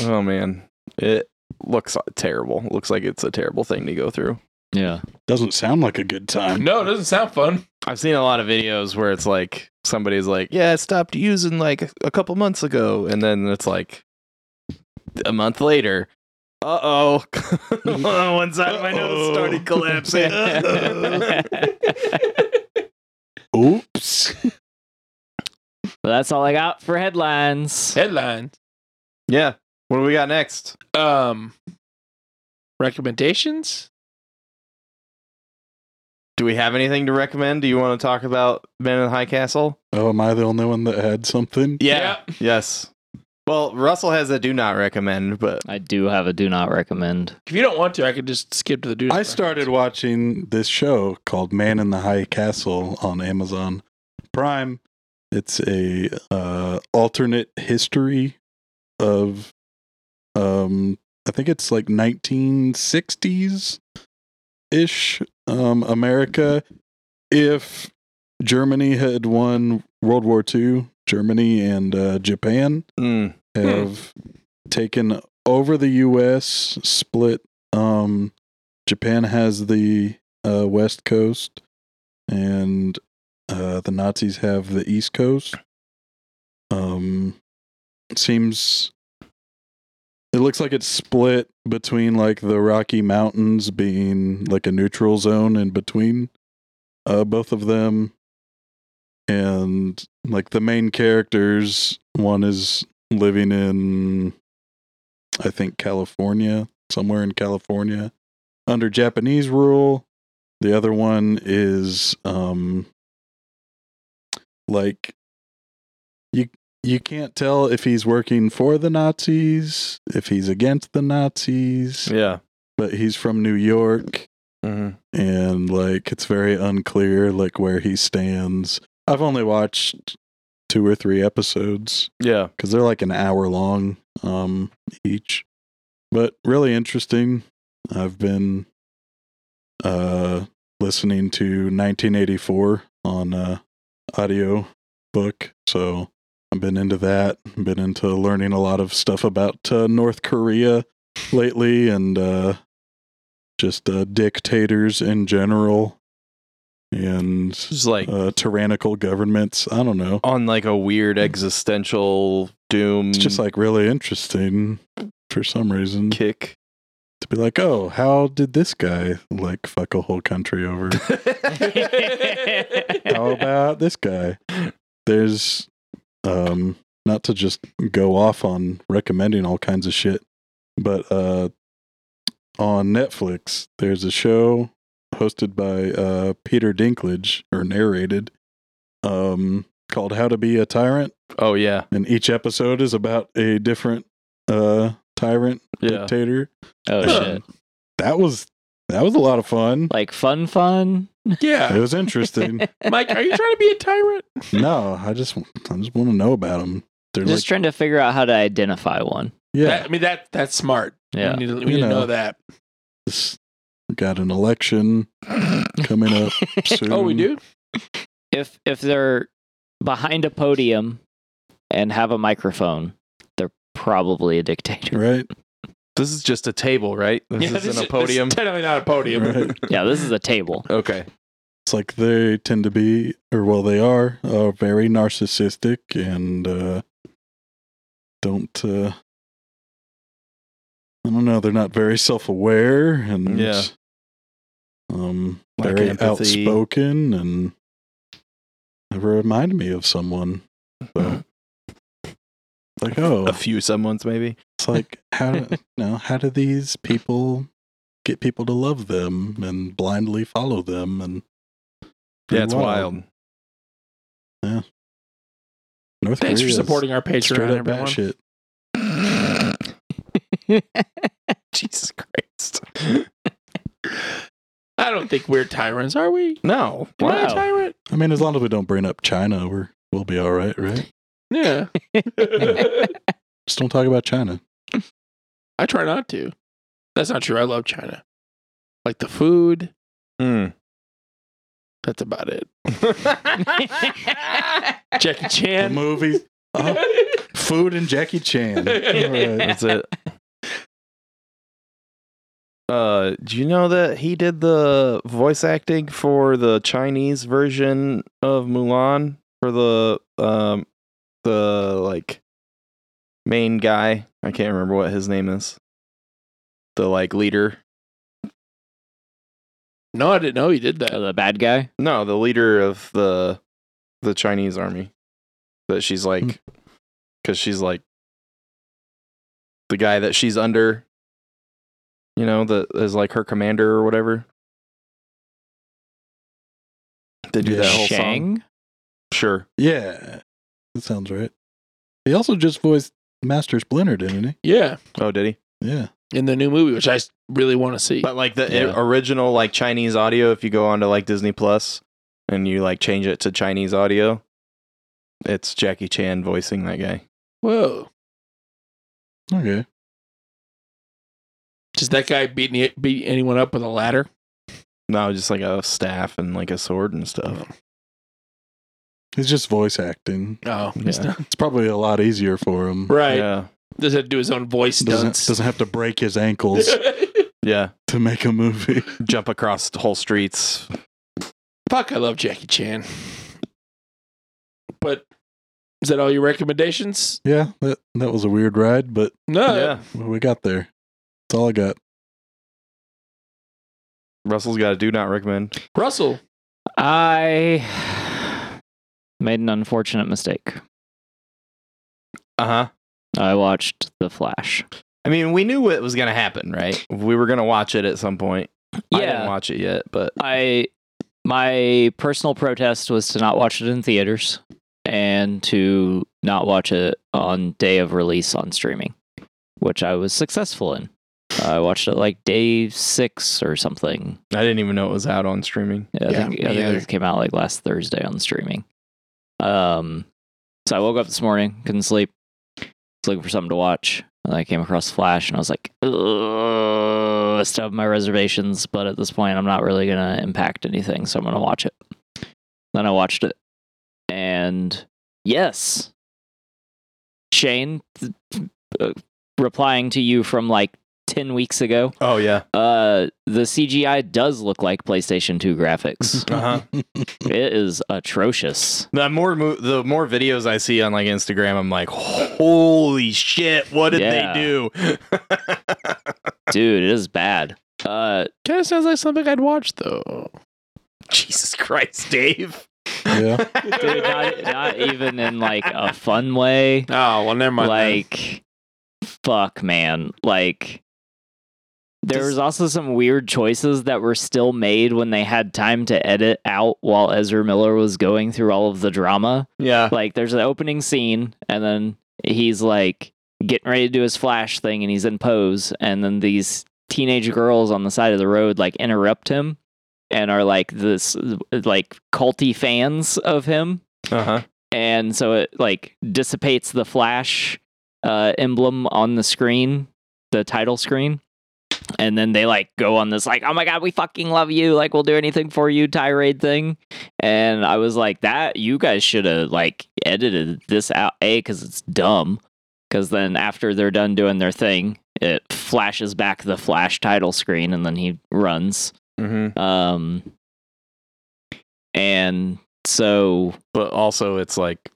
S2: Oh man, it looks terrible. Looks like it's a terrible thing to go through.
S3: Yeah.
S4: Doesn't sound like a good time.
S1: No, it doesn't sound fun.
S2: I've seen a lot of videos where it's like somebody's like, "Yeah, I stopped using like a couple months ago," and then it's like a month later. Uh oh! One side of my nose
S4: Uh-oh.
S2: started collapsing.
S3: well,
S4: Oops.
S3: that's all I got for headlines.
S1: Headlines.
S2: yeah. What do we got next?
S1: Um, recommendations.
S2: Do we have anything to recommend? Do you want to talk about Men in the High Castle?
S4: Oh, am I the only one that had something?
S2: Yes. Well, Russell has a do not recommend, but
S3: I do have a do not recommend.
S1: If you don't want to, I could just skip to the dude.
S4: I started watching this show called Man in the High Castle on Amazon Prime. It's a uh, alternate history of, um, I think it's like 1960s ish um, America. If Germany had won World War II, Germany and uh, Japan
S2: mm,
S4: have taken over the U.S. Split. Um, Japan has the uh, West Coast, and uh, the Nazis have the East Coast. Um, it seems it looks like it's split between like the Rocky Mountains being like a neutral zone in between uh, both of them. And like the main characters, one is living in I think California, somewhere in California under Japanese rule. The other one is um like you you can't tell if he's working for the Nazis, if he's against the Nazis,
S2: yeah.
S4: but he's from New York
S2: Mm-hmm.
S4: and like it's very unclear like where he stands. I've only watched two or three episodes
S2: Yeah.
S4: because they're like an hour long um each but really interesting i've been uh listening to 1984 on uh audio book so i've been into that been into learning a lot of stuff about uh, north korea lately and uh just uh dictators in general and
S2: Just like
S4: uh tyrannical governments i don't know
S2: on like a weird existential doom
S4: It's just
S2: Mm.
S4: like really interesting for some reason to
S2: kick.
S4: be like, oh, how did this guy like fuck a whole country over?
S3: Oh,
S4: how about this guy? There's um not to just go off on recommending all kinds of shit, but uh on Netflix there's a show hosted by uh Peter Dinklage or narrated um called How to Be a Tyrant
S2: oh yeah.
S4: and each episode is about a different uh tyrant
S2: Yeah.
S4: dictator
S3: Oh shit!
S4: that was that was a lot of fun
S3: Like fun, fun.
S4: it
S1: Yeah.
S4: was interesting
S1: Mike, are you trying to be a tyrant?
S4: no i just i just want to know about them they're
S3: Just
S4: like
S3: trying to figure out how to identify one.
S4: yeah
S1: That- I mean that that's smart.
S3: Yeah.
S2: Mm-hmm.
S1: We need, to- we
S4: You
S1: need to
S4: know.
S1: know that.
S4: this- got an election coming up soon
S1: Oh, we do.
S3: if if they're behind a podium and have a microphone, they're probably a dictator.
S4: right
S2: This is just a table, right? This
S1: Yeah,
S2: isn't
S1: is-
S2: a podium.
S1: This is definitely not a podium.
S4: right
S3: Yeah, this is a table.
S2: okay.
S4: it's like they tend to be or well they are uh, very narcissistic and uh don't uh i don't know they're not very self-aware and
S2: Yeah.
S4: um
S2: Lack
S4: very
S2: empathy.
S4: outspoken and they remind me of someone so like oh
S2: A few someone's maybe.
S4: it's like how do, no, how do these people get people to love them and blindly follow them and
S2: Yeah, it's
S4: Wow.
S2: wild.
S4: North
S1: Thanks for
S4: Korea is
S1: supporting our
S4: straight
S1: Patreon,
S4: up
S1: everyone.
S4: batshit.
S2: Jesus Christ.
S1: I don't think we're tyrants, are we?
S2: No.
S1: Am I a
S3: Wow.
S1: tyrant?
S4: I mean, as long as we don't bring up China, we're we'll be all right, right?
S1: Yeah.
S4: Just don't talk about China.
S1: I try not to. That's not true. I love China. Like the food.
S2: Mm.
S1: That's about it.
S3: Mm.
S1: Jackie Chan.
S4: movies, Oh, food, and Jackie Chan. All right.
S2: That's it. Uh, do you know that he did the voice acting for the Chinese version of Mulan for the um the like main guy? I can't remember what his name is. The like leader.
S1: No, I didn't know he did
S3: Uh,
S1: that.
S3: the bad guy.
S2: No, the leader of the the Chinese army. That
S4: Hmm.
S2: she's like cuz she's like the guy that she's under you know that is like her commander or whatever. They do
S4: Yeah.
S2: that whole song.
S3: Shang.
S2: Sure.
S4: Yeah, that sounds right. He also just voiced Master Splinter, didn't he?
S1: Yeah,
S2: Oh, did he?
S4: Yeah.
S1: in the new movie, which I s- really want to see.
S2: But like the i-
S4: Yeah.
S2: original like Chinese audio if you go onto like Disney Plus and you like change it to Chinese audio, it's Jackie Chan voicing that guy.
S1: Whoa.
S4: Okay.
S1: Does that guy beat, any, beat anyone up with a ladder?
S2: No, just like a staff and like a sword and stuff.
S4: He's just voice acting.
S1: No.
S2: Yeah.
S1: it's not.
S4: It's probably a lot easier for him.
S1: Right.
S2: Yeah.
S1: Doesn't have to do his own voice
S4: Doesn't
S1: stunts.
S4: doesn't have to break his ankles
S2: Yeah.
S4: to make a movie.
S2: jump across the whole streets.
S1: Fuck, I love Jackie Chan. But is that all your recommendations?
S4: Yeah, that that was a weird ride, but
S1: No.
S4: we got there. That's all I got.
S2: Russell's got a do not recommend.
S1: Russell,
S3: I made an unfortunate mistake.
S2: Uh huh.
S3: I watched The Flash.
S2: I mean, we knew what was gonna happen, right? We were gonna watch it at some point. I didn't
S3: Yeah,
S2: watch it yet, but
S3: I my personal protest was to not watch it in theaters and to not watch it on day of release on streaming, which I was successful in. I watched it like day six or something.
S2: I didn't even know it was out on streaming.
S3: Yeah, I
S1: Yeah,
S3: think,
S1: me
S3: I think
S1: either.
S3: it came out like last Thursday on streaming. Um, so I woke up this morning, couldn't sleep, was looking for something to watch, and I came across Flash, and I was like, "Ugh," I still have my reservations, but at this point, I'm not really gonna impact anything, so I'm gonna watch it. Then I watched it, and yes, Shane, th- uh, replying to you from like ten weeks ago,
S2: Oh yeah.
S3: uh, the CGI does look like PlayStation 2 graphics.
S2: Uh-huh.
S3: it is atrocious.
S2: The more mo- the more videos I see on like Instagram, I'm like, holy shit! What did
S3: Yeah.
S2: they do?
S3: Dude, it is bad. Uh,
S1: kind of sounds like something I'd watch though.
S2: Jesus Christ, Dave!
S4: Yeah.
S3: dude, not, e, not even in like a fun way.
S1: Oh well, never mind.
S3: Like, fuck, man. Like, there
S2: Just-
S3: was also some weird choices that were still made when they had time to edit out while Ezra Miller was going through all of the drama.
S2: yeah.
S3: like there's an opening scene and then he's like getting ready to do his flash thing and he's in pose and then these teenage girls on the side of the road like interrupt him and are like this like culty fans of him
S2: Uh huh.
S3: and so it like dissipates the flash uh, emblem on the screen the title screen and then they like go on this like oh my god we fucking love you like we'll do anything for you tirade thing and i was like that you guys should have like edited this out a because it's dumb because then after they're done doing their thing it flashes back the flash title screen and then he runs
S2: Mm-hmm.
S3: um and so
S2: But also, it's like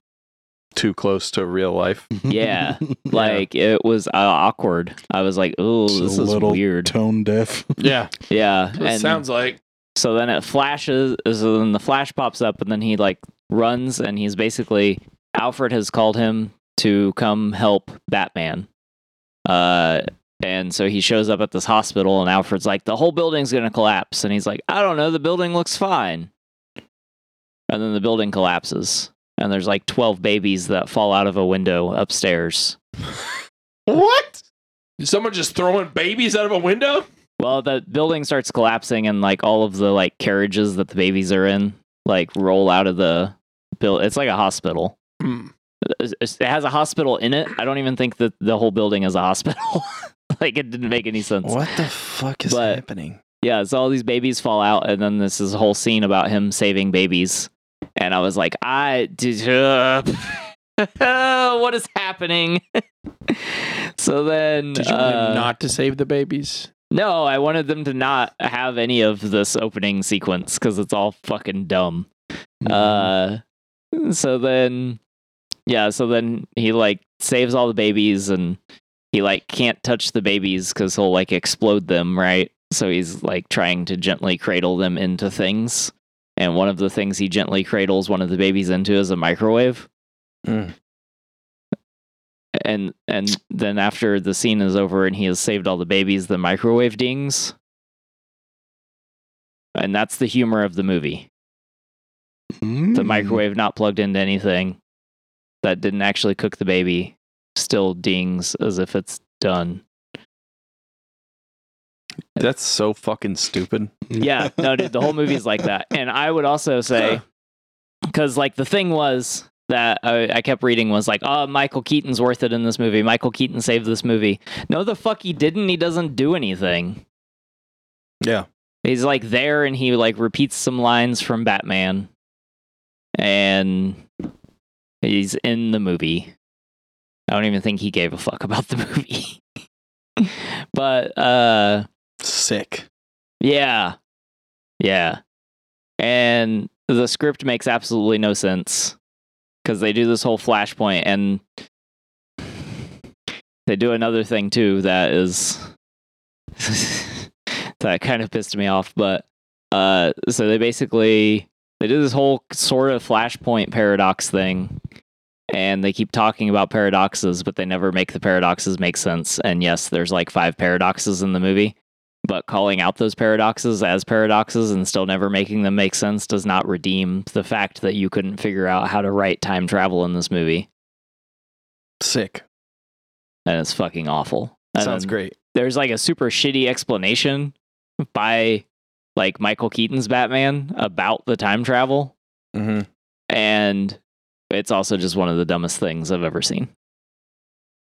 S2: too close to real life.
S3: Yeah. Like it was uh, awkward. I was like, "Oh,
S4: It's a
S3: this is
S4: little
S3: weird."
S4: Tone deaf.
S2: Yeah.
S3: yeah,
S1: That's what it
S3: and
S1: sounds like
S3: so then it flashes. So then the flash pops up, and then he like runs, and he's basically Alfred has called him to come help Batman. Uh, and so he shows up at this hospital, and Alfred's like, "The whole building's gonna collapse," and he's like, "I don't know. The building looks fine." And then the building collapses, and there's like twelve babies that fall out of a window upstairs.
S2: What?
S1: Is someone just throwing babies out of a window.
S3: Well, the building starts collapsing, and like all of the like carriages that the babies are in, like roll out of the build. It's like a hospital.
S1: Hmm.
S3: It's- it's- It has a hospital in it. I don't even think that the whole building is a hospital. like it didn't make any sense.
S2: What the fuck is
S3: But-
S2: happening?
S3: Yeah, so all these babies fall out, and then this is a whole scene about him saving babies. And I was like, I did. Uh, what is happening? so then,
S1: Did you want
S3: uh,
S1: him not to save the babies?
S3: No, I wanted them to not have any of this opening sequence because it's all fucking dumb. Uh, so then, yeah, so then he like saves all the babies and he like can't touch the babies because he'll like explode them, right? So he's like trying to gently cradle them into things. And one of the things he gently cradles one of the babies into is a microwave.
S2: Mm.
S3: And and then after the scene is over and he has saved all the babies, the microwave dings. And that's the humor of the movie the
S4: Mm.
S3: microwave not plugged into anything that didn't actually cook the baby still dings as if it's done
S2: That's so fucking stupid.
S3: yeah no dude the whole movie's like that and i would also say because like the thing was that I, I kept reading was like oh michael keaton's worth it in this movie michael keaton saved this movie no the fuck he didn't he doesn't do anything
S2: Yeah.
S3: he's like there and he like repeats some lines from batman and he's in the movie i don't even think he gave a fuck about the movie but uh
S2: Sick.
S3: yeah. Yeah. And the script makes absolutely no sense because they do this whole flashpoint and they do another thing too that is that kind of pissed me off but uh so they basically they do this whole sort of flashpoint paradox thing and they keep talking about paradoxes but they never make the paradoxes make sense and yes there's like five paradoxes in the movie but calling out those paradoxes as paradoxes and still never making them make sense does not redeem the fact that you couldn't figure out how to write time travel in this movie.
S2: Sick.
S3: And it's fucking awful. And
S2: Sounds great.
S3: There's like a super shitty explanation by like Michael Keaton's Batman about the time travel.
S2: Mm-hmm.
S3: And it's also just one of the dumbest things I've ever seen.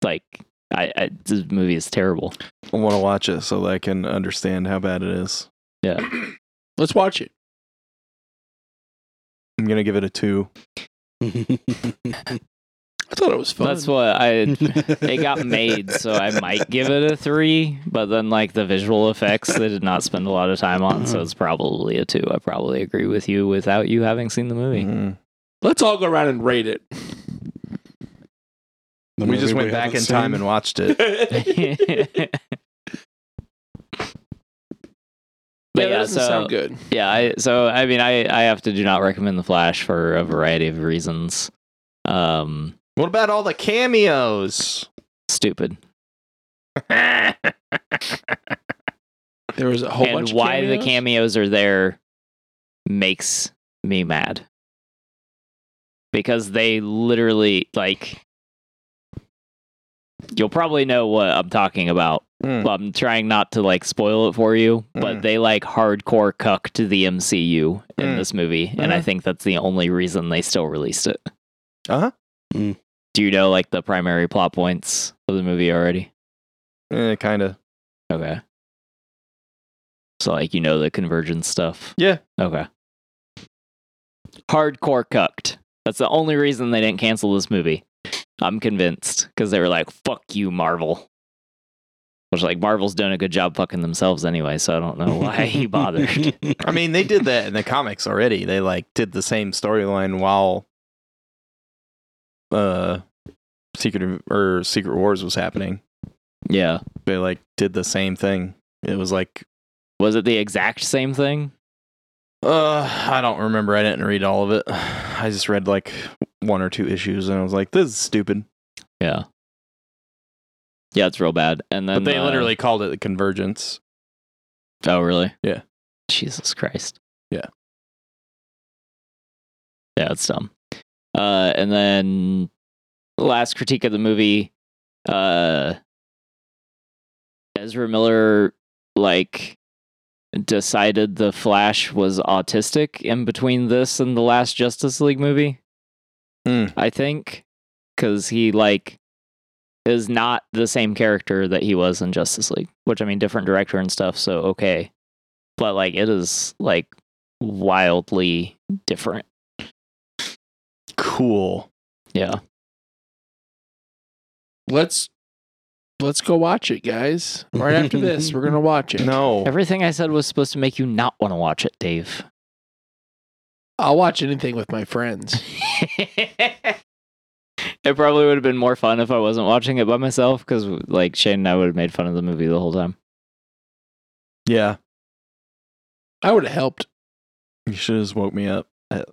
S3: Like, I, I this movie is terrible.
S2: I want to watch it so that I can understand how bad it is.
S1: Let's watch it.
S2: I'm gonna give it a two.
S1: I thought it was fun.
S3: That's what I it got made, so I might give it a three. But then, like the visual effects, they did not spend a lot of time on, so it's probably a two. I probably agree with you without you having seen the movie.
S2: Mhm.
S1: Let's all go around and rate it.
S4: The
S2: We
S4: movie
S2: just went back in
S4: haven't
S2: time
S4: seen?
S2: and watched it.
S1: yeah,
S3: But
S1: that
S3: yeah,
S1: doesn't
S3: so
S1: sound good.
S3: yeah, I, so I mean, I I have to do not recommend the Flash for a variety of reasons. Um,
S2: What about all the cameos?
S3: stupid.
S2: Mm.
S1: There was a whole
S3: and
S1: bunch.
S3: why
S1: of
S3: the cameos are there makes me mad because they literally like you'll probably know what i'm talking about
S2: Mm.
S3: but i'm trying not to like spoil it for you but
S2: Mm.
S3: they like hardcore cucked the mcu in
S2: Mm.
S3: this movie and i
S1: Mm-hmm.
S2: Mhm.
S3: think that's the only reason they still released it
S2: Uh-huh.
S4: Mm.
S3: do you know like the primary plot points of the movie already
S2: Eh, kind of.
S3: Okay. So like you know the convergence stuff.
S2: Yeah.
S3: Okay. Hardcore cucked. That's the only reason they didn't cancel this movie. I'm convinced because they were like, "Fuck you, Marvel." Which like Marvel's doing a good job fucking themselves anyway, so I don't know why he bothered.
S2: I mean, they did that in the comics already. They like did the same storyline while uh Secret Inv- or Secret Wars was happening.
S3: yeah.
S2: They like did the same thing. It was like
S3: Was it the exact same thing?
S2: uh I don't remember. I didn't read all of it. I just read like one or two issues and I was like this is stupid.
S3: Yeah. Yeah, it's real bad. And then
S2: But they
S3: uh,
S2: literally called it the convergence.
S3: Oh, really?
S2: Yeah.
S3: Jesus Christ.
S2: Yeah.
S3: Yeah, it's dumb. Uh, and then last critique of the movie, uh, Ezra Miller like decided the Flash was autistic in between this and the last Justice League movie.
S2: Hmm.
S3: I think because he like is not the same character that he was in Justice League, which I mean, different director and stuff. So okay, but like it is like wildly different.
S2: Cool.
S3: Yeah,
S1: Let's Let's go watch it, guys. Right after this, we're gonna watch it.
S2: No.
S3: Everything I said was supposed to make you not want to watch it, Dave.
S1: I'll watch anything with my friends.
S3: it probably would have been more fun if I wasn't watching it by myself because, like, Shane and I would have made fun of the movie the whole time.
S2: Yeah.
S1: I would have helped.
S2: You should have woke me up at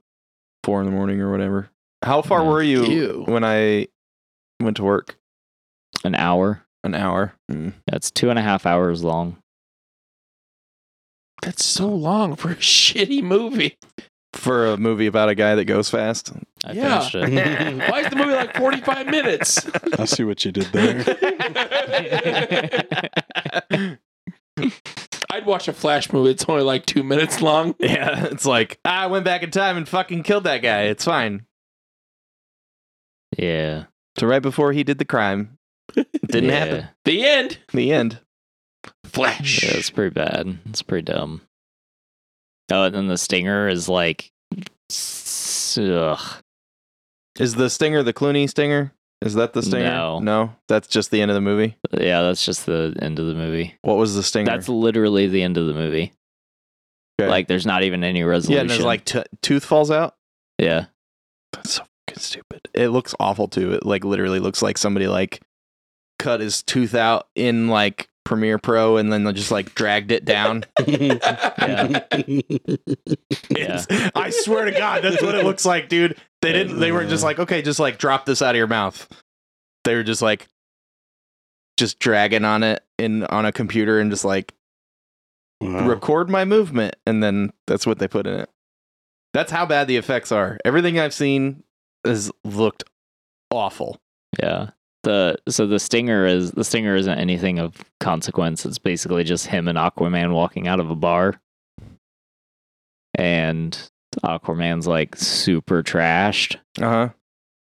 S2: four in the morning or whatever. How far
S3: Yeah.
S2: were you
S1: Ew.
S2: when I went to work?
S3: An hour.
S2: An hour. Mm.
S3: That's two and a half hours long.
S1: That's so long for a shitty movie.
S2: For a movie about a guy that goes fast.
S3: I
S1: Yeah.
S3: finished it.
S1: Why
S2: Why
S1: is the movie like 45 minutes?
S4: I see what you did there.
S1: I'd watch a Flash movie. It's only like two minutes long.
S2: Yeah, it's like "Ah, I went back in time and fucking killed that guy. It's fine.
S3: yeah.
S2: So right before he did the crime, it didn't
S3: yeah.
S2: happen.
S1: The end.
S2: In the end.
S1: Flash.
S3: Yeah, it's pretty bad. It's pretty dumb. Oh, and then the stinger is like, s- ugh.
S2: Is the stinger the Clooney stinger? Is that the stinger?
S3: No.
S2: that's just the end of the movie.
S3: yeah, that's just the end of the movie.
S2: What was the stinger?
S3: That's literally the end of the movie.
S2: Okay.
S3: Like, there's not even any resolution.
S2: yeah, and there's like t- tooth falls out.
S3: yeah,
S2: That's so fucking stupid. It looks awful too. It like literally looks like somebody like cut his tooth out in like Premiere Pro and then just like dragged it down.
S3: yeah.
S2: It's- I swear to God, that's what it looks like, dude. They didn't. They weren't just like, okay, just like drop this out of your mouth. They were just like, just dragging on it in on a computer and just like
S4: Wow.
S2: record my movement, and then that's what they put in it. That's how bad the effects are. Everything I've seen has looked awful.
S3: Yeah. The so the stinger is the stinger isn't anything of consequence. It's basically just him and Aquaman walking out of a bar. And Aquaman's like super trashed
S2: Uh huh.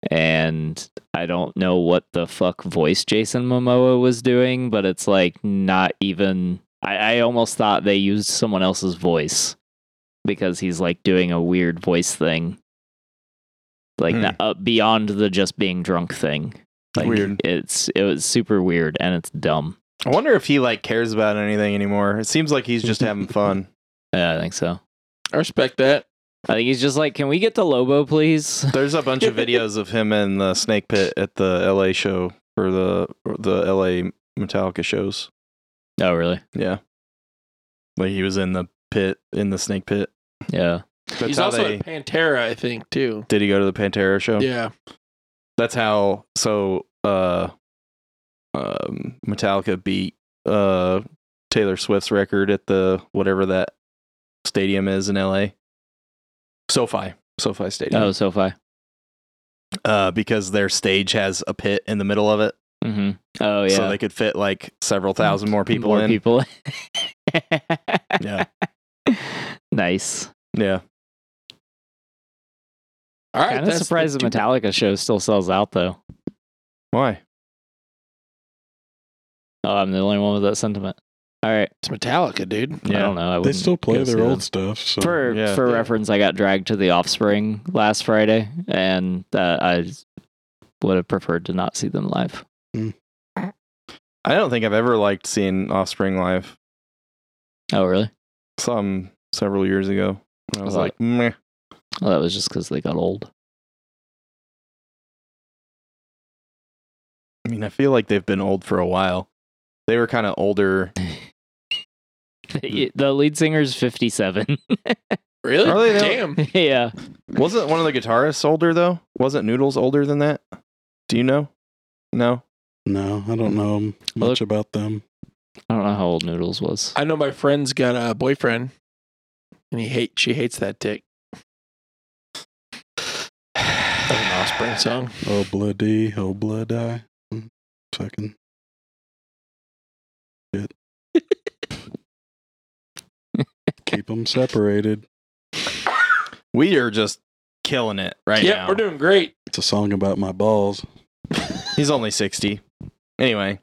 S3: and I don't know what the fuck voice Jason Momoa was doing, but it's like not even I, I almost thought they used someone else's voice because he's like doing a weird voice thing. Like
S2: Hmm.
S3: not, uh, beyond the just being drunk thing. Like,
S2: Weird.
S3: It's it was super weird and it's dumb.
S2: I wonder if he like cares about anything anymore. It seems like he's just having fun.
S3: Yeah, I think so.
S1: I respect that.
S3: I think he's just like, can we get to Lobo, please?
S2: There's a bunch of videos of him in the Snake Pit at the LA show for the the LA Metallica shows.
S3: Oh, really?
S2: Yeah, like he was in the pit in the Snake Pit.
S3: Yeah.
S2: That's
S1: He's
S2: how
S1: also
S2: they
S1: at Pantera, I think, too.
S2: did. He go to the Pantera show.
S1: Yeah.
S2: that's how. So, uh, um, Metallica beat uh Taylor Swift's record at the whatever that stadium is in LA. SoFi, SoFi Stadium.
S3: Oh, SoFi.
S2: uh, because their stage has a pit in the middle of it.
S3: Mm-hmm. Oh, yeah.
S2: so they could fit like several thousand more people
S3: More
S2: in.
S3: people.
S2: Yeah,
S3: nice.
S2: yeah.
S1: All right.
S3: Kind of
S1: that's-
S3: surprised the
S1: that's-
S3: Metallica show still sells out though.
S2: Why?
S3: Oh, I'm the only one with that sentiment. All right,
S1: It's Metallica, dude.
S3: I don't know. I
S4: They
S3: wouldn't
S4: still play
S3: go see
S4: their
S3: them.
S4: old stuff. So
S3: For
S2: Yeah.
S3: for
S1: Yeah.
S3: reference, I got dragged to the Offspring last Friday, and uh, I would have preferred to not see them live.
S2: I don't think I've ever liked seeing Offspring live.
S3: Oh, really?
S2: Saw 'em several years ago. I was
S3: Well,
S2: like, meh.
S3: Well, that was just because they got old.
S2: I mean, I feel like they've been old for a while. They were kind of older.
S3: The the lead singer's 57.
S1: Really?
S2: Are they- they
S1: Damn.
S3: yeah.
S2: Wasn't one of the guitarists older though? Wasn't Noodles older than that? Do you know? No.
S4: no, I don't know
S3: Look-
S4: much about them.
S3: I don't know how old Noodles was.
S1: I know my friend's got a boyfriend, and he hate she hates that dick. That's an Offspring song.
S4: Oh bloody, oh blood eye. Mm, Fucking shit. Keep them separated.
S2: We are just killing it right
S1: yeah,
S2: now.
S1: we're doing great.
S4: It's a song about my balls.
S2: He's only 60. Anyway.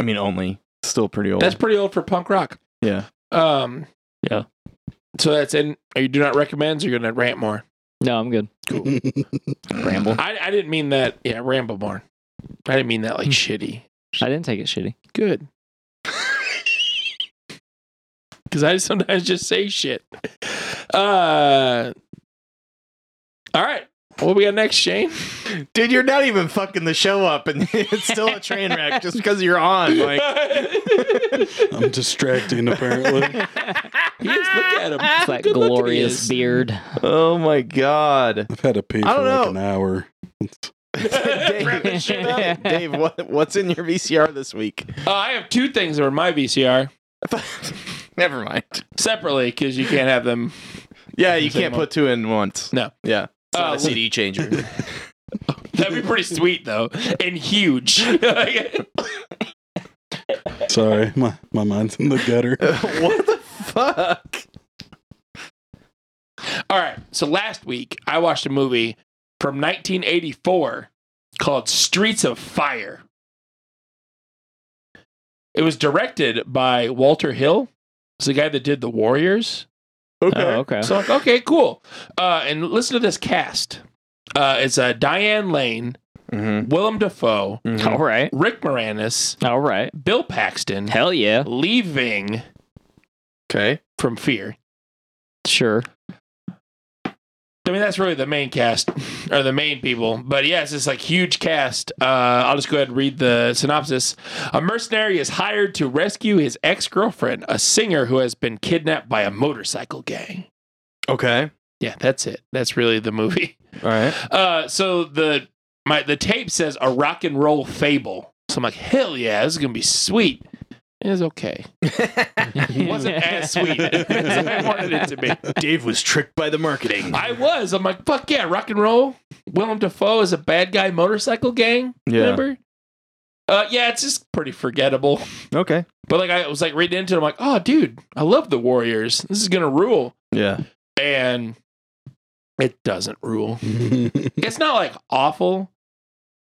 S2: I mean, only. Still pretty old.
S1: That's pretty old for punk rock.
S2: yeah.
S1: Um,
S3: Yeah.
S1: So that's in. oh, You do not recommend. So you're gonna rant more.
S3: No, I'm good. Ramble.
S1: I, I didn't mean that. Yeah, ramble more. I didn't mean that like shitty.
S3: I didn't take it shitty.
S1: Good. Because I sometimes just say shit. Uh, all right. What we got next, Shane?
S2: Dude, you're not even fucking the show up, and it's still a train wreck just because you're on. Like,
S4: I'm distracting, apparently.
S1: Yes, look at him.
S3: It's that
S1: Good look at
S3: glorious
S1: his.
S3: beard.
S2: oh my god,
S4: I've had a pee for
S2: I don't
S4: like
S2: know.
S4: an hour.
S1: Wrap
S2: Dave,
S1: this shit up.
S2: Dave, what, what's in your VCR this week?
S1: Uh, I have two things that are in my VCR
S2: Never mind.
S1: separately because you can't have them.
S2: Yeah, you
S1: Same
S2: can't
S1: one.
S2: put two in once.
S1: No.
S2: Yeah. It's not
S1: Uh,
S2: a CD changer.
S1: That'd be pretty sweet though, and huge.
S4: Sorry, my, my mind's in the gutter.
S2: what the fuck?
S1: All right. So last week I watched a movie from 1984 called Streets of Fire. It was directed by Walter Hill. It's the guy that did The Warriors.
S3: Oh, okay.
S1: So I'm like, okay, cool. Uh, and listen to this cast. Uh, it's uh, Diane Lane,
S2: Mhm.
S1: Willem Dafoe,
S3: All right.
S1: Rick Moranis,
S3: All right.
S1: Bill Paxton,
S3: Hell yeah.
S1: leaving
S2: Okay.
S1: from Fear.
S3: Sure.
S1: I mean, that's really the main cast or the main people. But yeah, it's this like huge cast. Uh, I'll just go ahead and read the synopsis. A mercenary is hired to rescue his ex girlfriend, a singer who has been kidnapped by a motorcycle gang.
S2: Okay.
S1: Yeah, that's it. That's really the movie.
S2: All right.
S1: Uh, so the my the tape says a rock and roll fable. So I'm like, hell yeah, this is gonna be sweet. It was okay. It wasn't as sweet as I wanted it to be.
S2: Dave was tricked by the marketing.
S1: I was. I'm like, fuck yeah, rock and roll. Willem Dafoe is a bad guy motorcycle gang
S2: Yeah.
S1: member. Uh, yeah, it's just pretty forgettable.
S2: Okay.
S1: But like, I was like reading into it. I'm like, oh, dude, I love the Warriors. This is gonna rule.
S2: Yeah.
S1: And it doesn't rule. It's not like awful.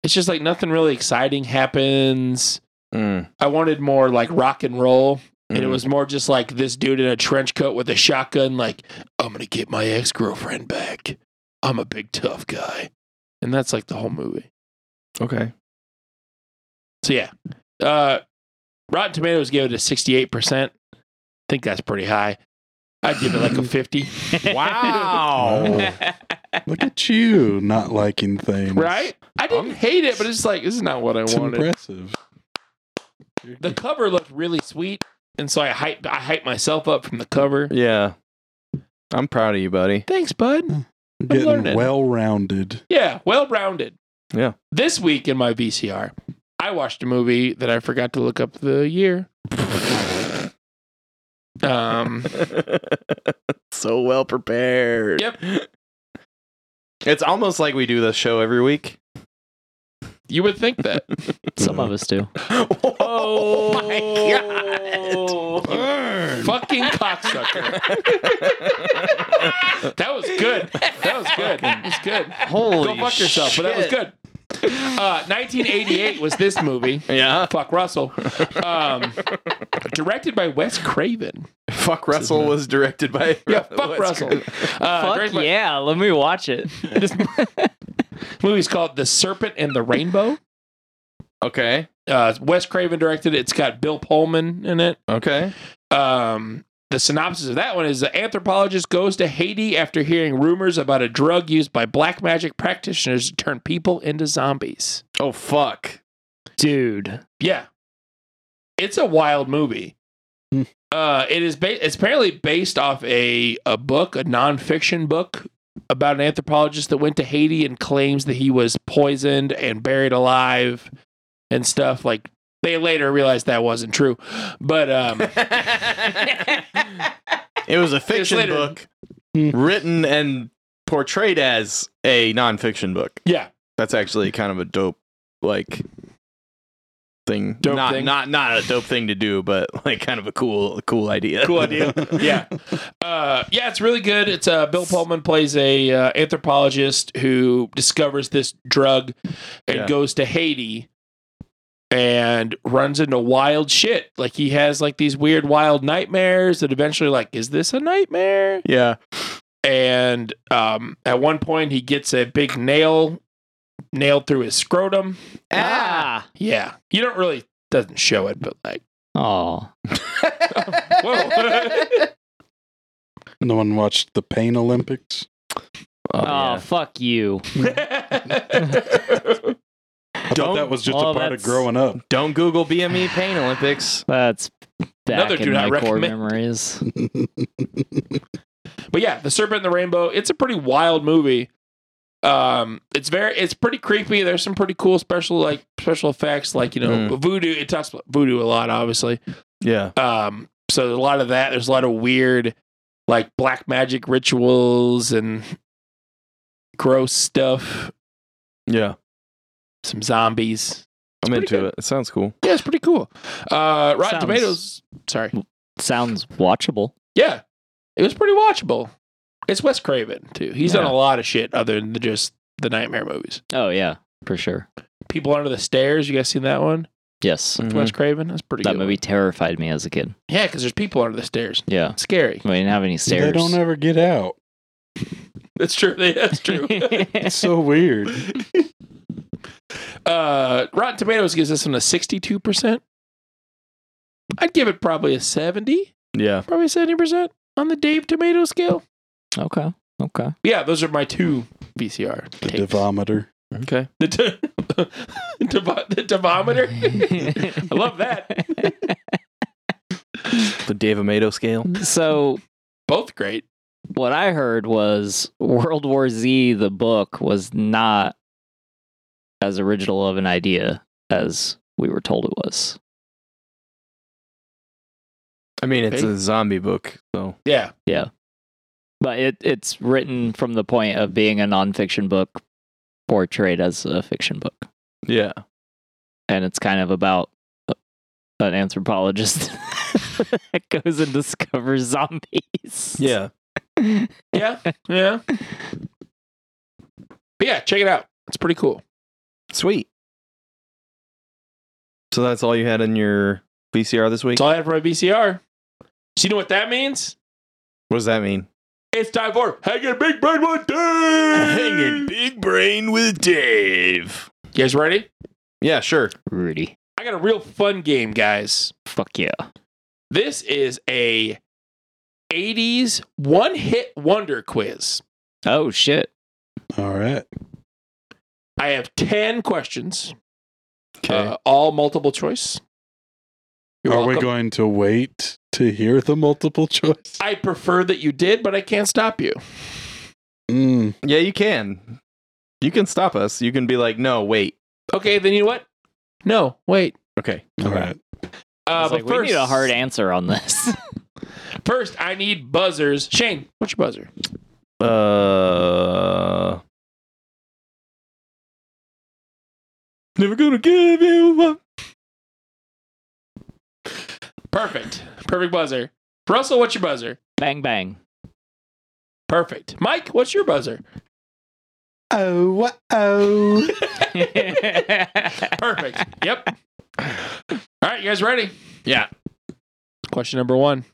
S1: It's just like nothing really exciting happens.
S2: Mm.
S1: I wanted more like rock and roll. And it
S2: Mm.
S1: was more just like this dude in a trench coat with a shotgun, like, I'm going to get my ex girlfriend back. I'm a big tough guy. And that's like the whole movie.
S2: okay.
S1: So, yeah. Uh, Rotten Tomatoes gave it a 68%. I think that's pretty high. I'd give it like a 50.
S2: Wow.
S4: Look at you not liking things.
S1: right? I didn't hate it, but it's just like, this is not what I
S4: It's
S1: wanted.
S4: impressive.
S1: The cover looked really sweet. And so I hyped, I hyped myself up from the cover.
S2: yeah. I'm proud of you, buddy.
S1: Thanks, bud. learning.
S4: Getting well rounded.
S1: Yeah, well rounded.
S2: Yeah.
S1: This week in my VCR, I watched a movie that I forgot to look up the year. Um,
S2: so well prepared.
S1: Yep.
S2: It's almost like we do this show every week.
S1: you would think that.
S3: Some of us do.
S2: Oh
S1: Fucking cocksucker. That was good. That was good. It was good. Go
S2: Holy
S1: fuck yourself, but that was
S2: shit.
S1: good. Uh, 1988 was this movie.
S2: Yeah.
S1: Fuck Russell. Um, directed by Wes Craven.
S2: Fuck Russell was directed by
S1: Yeah, fuck
S2: Wes
S1: Russell.
S2: Craven.
S1: Uh,
S3: Fuck
S1: directed by-
S3: yeah. Let me watch it.
S1: this movie's called The Serpent and the Rainbow.
S2: Okay.
S1: Uh, Wes Craven directed it. It's got Bill Pullman in it.
S2: Okay.
S1: Um, the synopsis of that one is the anthropologist goes to Haiti after hearing rumors about a drug used by black magic practitioners to turn people into zombies.
S2: Oh fuck.
S3: Dude.
S1: Yeah, it's a wild movie.
S4: Hmm.
S1: Uh, it is ba- it's apparently based off a a book, a nonfiction book about an anthropologist that went to Haiti and claims that he was poisoned and buried alive and stuff. Like they later realized that wasn't true, but um,
S2: it was a fiction
S1: later.
S2: book
S4: Hmm.
S2: written and portrayed as a nonfiction book.
S1: yeah,
S2: That's actually kind of a dope, like thing.
S1: Dope
S2: not
S1: thing?
S2: not not a dope thing to do, but like kind of a cool cool idea.
S1: cool idea. yeah. Uh, yeah, it's really good. It's uh, Bill Pullman plays a uh, anthropologist who discovers this drug and
S2: Yeah.
S1: goes to Haiti and runs into wild shit. Like he has like these weird wild nightmares that eventually like is this a nightmare?
S2: Yeah.
S1: And um, at one point he gets a big nail nailed through his scrotum.
S3: Ah.
S1: Yeah. You don't really doesn't show it, but like
S3: Oh.
S1: Whoa.
S4: No one watched the Pain Olympics.
S2: Oh,
S3: Oh,
S2: yeah.
S3: fuck you.
S4: I thought
S2: Don't-
S4: that was just
S3: well,
S4: a part of
S3: that's-
S4: growing up.
S2: Don't Google BME Pain Olympics.
S3: That's back
S1: Another do
S3: in
S1: not
S3: my core
S1: recommend.
S3: memories.
S1: But yeah, The Serpent and the Rainbow, it's a pretty wild movie. Um, it's very it's pretty creepy. There's some pretty cool special like special effects, like you know,
S3: Mm-hmm.
S1: voodoo. It talks about voodoo a lot, obviously.
S2: Yeah.
S1: Um, so there's a lot of that. There's a lot of weird like black magic rituals and gross stuff.
S2: Yeah.
S1: Some zombies.
S2: I'm
S1: pretty
S2: into
S1: good.
S2: it. It sounds cool.
S1: Yeah, it's pretty cool. Uh Rotten
S3: Sounds-
S1: Tomatoes. Sorry.
S3: Sounds watchable.
S1: Yeah. It was pretty watchable. It's Wes Craven too. He's done
S3: Yeah.
S1: a lot of shit other than just the nightmare movies.
S3: Oh yeah, for sure.
S1: People Under the Stairs. You guys seen that one?
S3: Yes.
S1: With Wes Craven. That's a pretty.
S3: That
S1: good
S3: movie
S1: one.
S3: terrified me as a kid.
S1: Yeah, because there's people under the stairs.
S3: Yeah.
S1: It's scary.
S3: We didn't have any stairs.
S4: They don't ever get out.
S1: That's true. That's true.
S4: It's so weird.
S1: uh, Rotten Tomatoes gives this one a 62. percent I'd give it probably a 70,
S2: Yeah.
S1: probably 70 percent on the Dave Tomato scale.
S3: okay. Okay.
S1: Yeah, those are my two VCR
S4: The
S1: tapes.
S4: Devometer.
S2: Okay.
S1: the, t- Devo- the Devometer. I love that.
S2: The Dave Amato scale.
S3: so
S1: Both great.
S3: what I heard was World War Z, the book, was not as original of an idea as we were told it was.
S2: I mean, it's
S1: Big.
S2: a zombie book, so
S1: Yeah.
S3: But it, it's written from the point of being a nonfiction book portrayed as a fiction book.
S2: yeah.
S3: and it's kind of about a- an anthropologist that goes and discovers zombies.
S2: Yeah.
S1: Yeah. Yeah. but yeah, check it out. It's pretty cool.
S2: Sweet. So that's all you had in your VCR this week?
S1: That's all I have for my VCR. So you know what that means?
S2: What does that mean?
S1: It's time for Hanging Big Brain with Dave.
S2: big brain with Dave.
S1: You guys ready?
S2: Yeah, sure.
S3: Rudy.
S1: I got a real fun game, guys.
S3: Fuck yeah.
S1: This is a 80s one hit wonder quiz.
S3: Oh shit.
S4: All right.
S1: I have 10 questions, uh, all multiple choice. You're
S4: Are we
S1: welcome.
S4: going to wait to hear the multiple choice?
S1: I prefer that you did, but I can't stop you.
S4: Mm.
S2: yeah, you can. You can stop us. You can be like, no, wait.
S1: Okay, then you know what? No, wait.
S2: Okay.
S4: All right.
S3: I
S1: Uh, but
S3: was like,
S1: first,
S3: we need a hard answer on this.
S1: First, I need buzzers. Shane, what's your buzzer?
S2: Uh. Never gonna give you up.
S1: Perfect. Perfect buzzer. Russell, what's your buzzer?
S3: bang bang.
S1: Perfect. Mike, what's your buzzer?
S4: Oh, what? Oh.
S1: Perfect. yep. All right, you guys ready?
S2: Yeah.
S1: Question number one.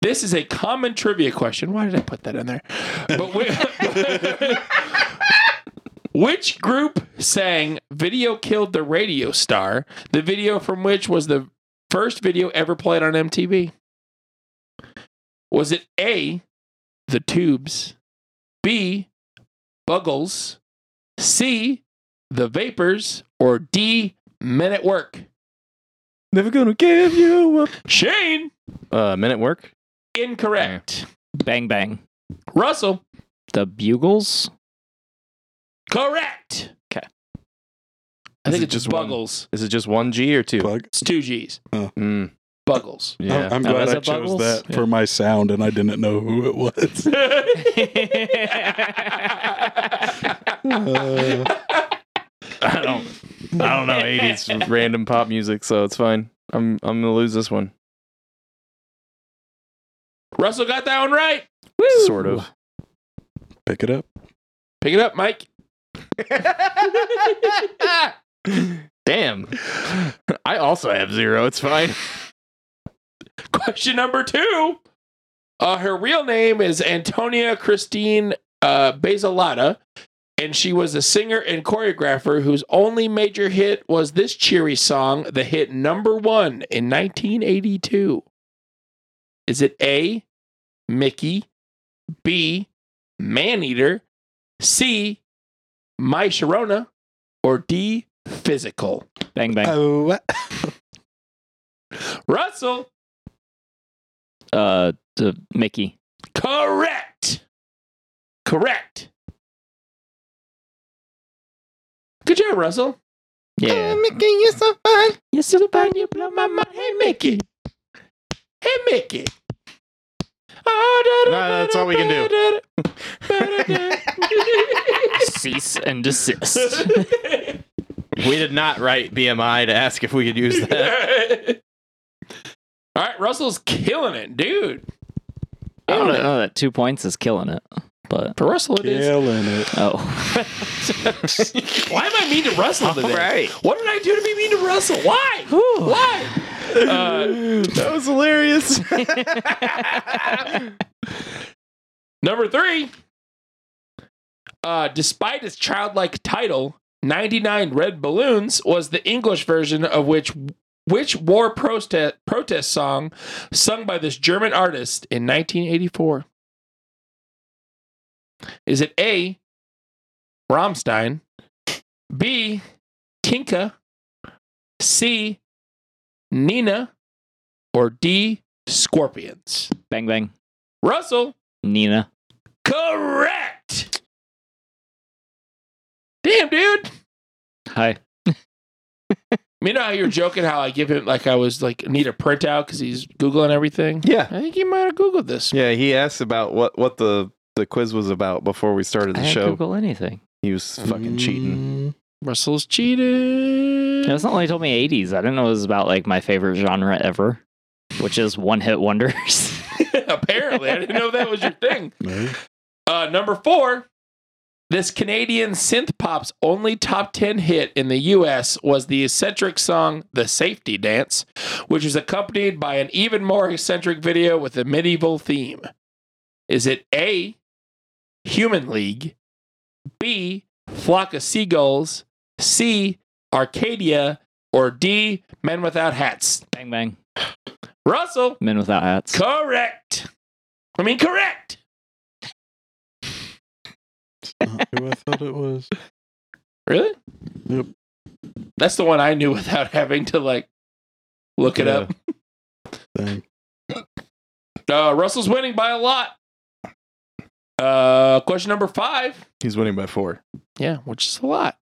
S1: This is a common trivia question. Why did I put that in there? But whi- which group sang "Video Killed the Radio Star"? The video from which was the first video ever played on MTV. Was it A, The Tubes, B, Buggles, C, The Vapors, or D, Men at Work?
S2: Never gonna give you up.
S1: Shane,
S2: Uh, men at work.
S1: incorrect.
S3: bang bang.
S1: Russell,
S3: The bugles?
S1: correct.
S3: Okay.
S1: I
S2: Is
S1: think
S2: it
S1: it's just
S2: just one?
S1: Buggles.
S2: Is it just one G or two?
S4: Bug.
S1: It's two G's.
S2: Mm,
S1: Buggles.
S2: yeah.
S4: I'm, I'm
S3: Oh,
S4: glad
S3: is
S4: I
S3: it
S4: chose
S3: Buggles?
S4: that
S3: Yeah.
S4: for my sound and I didn't know who it was. Uh,
S2: I don't. I don't know eighties random pop music, so it's fine. I'm. I'm gonna lose this one.
S1: Russell got that one right.
S2: Sort of.
S4: Pick it up.
S1: Pick it up, Mike.
S2: Damn. I also have zero. It's fine.
S1: Question number two. Uh, her real name is Antonia Christine uh, Basilata. and she was a singer and choreographer whose only major hit was this cheery song the hit number one in 1982 is it a mickey b maneater c my sharona or d physical
S3: Bang
S2: Uh,
S3: bang.
S4: Oh,
S1: russell
S3: Uh, the Mickey.
S1: correct correct good job russell
S3: Yeah.
S2: Mickey, you're so fun.
S3: You're so fine, you
S1: blow my mind. Hey, Mickey. Hey, Mickey. Oh, da,
S2: No, that's all we can do.
S3: Cease and desist.
S2: We did not write BMI to ask if we could use that.
S1: all right, Russell's killing it, dude.
S3: I don't
S1: Killing it.
S3: know that two points is killing it, but
S1: For Russell, it is.
S4: killing it.
S3: oh,
S1: Why am I mean to Russell today? What did I do to be mean to Russell? Why? Why? Uh,
S2: that was hilarious.
S1: Number three. Uh, despite its childlike title, 99 Red Balloons was the English version of which which war protest protest song sung by this German artist in 1984? Is it A. Rammstein, B. Tinka, C. Nina, or D. Scorpions?
S3: bang bang.
S1: Russell.
S3: Nina.
S1: Correct. Damn, dude.
S3: Hi.
S1: You know how you were joking how I give him like I was like need a printout because he's googling everything.
S2: yeah.
S1: I think he might have googled this.
S2: Yeah, he asked about what, what the, the quiz was about before we started the
S3: I didn't
S2: show.
S3: Google Mm. anything.
S2: He was fucking cheating.
S1: Russell's cheated.
S3: It was not only told me 80s. I didn't know it was about like my favorite genre ever, which is one hit wonders.
S1: Apparently, I didn't know that was your thing.
S4: No.
S1: Uh, number four, this Canadian synth pop's only top 10 hit in the US was the eccentric song The Safety Dance, which was accompanied by an even more eccentric video with a medieval theme. Is it A, Human League, B, Flock of Seagulls, C, Arcadia, or D, Men Without Hats?
S3: bang bang.
S1: Russell,
S3: Men without hats.
S1: correct. I mean, correct.
S4: Not who I thought it was.
S1: Really?
S4: Yep.
S1: That's the one I knew without having to like look it up.
S4: Thing.
S1: Uh, Russell's winning by a lot. Uh, question number five.
S2: He's winning by four.
S1: Yeah, which is a lot.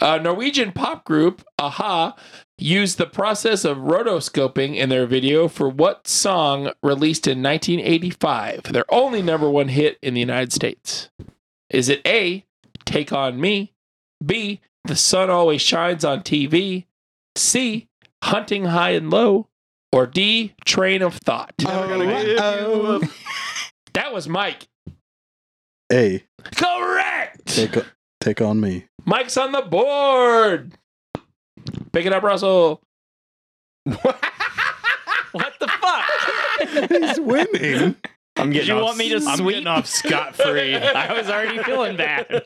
S1: Uh, Norwegian pop group Aha used the process of rotoscoping in their video for what song released in 1985, their only number one hit in the United States? Is it A, Take On Me, B, The Sun Always Shines on TV, C, Hunting High and Low, or D, Train of Thought?
S2: Never gonna
S4: Oh,
S2: give you
S4: oh.
S2: up.
S1: That was Mike.
S4: A.
S1: Correct!
S4: Take o- take on me.
S1: Mike's on the board. Pick it up, Russell.
S3: What the fuck?
S4: He's winning.
S2: I'm
S3: Did
S2: getting
S3: you
S2: off,
S3: want me to
S2: I'm
S3: sweep?
S2: getting off scot free.
S3: I was already feeling bad.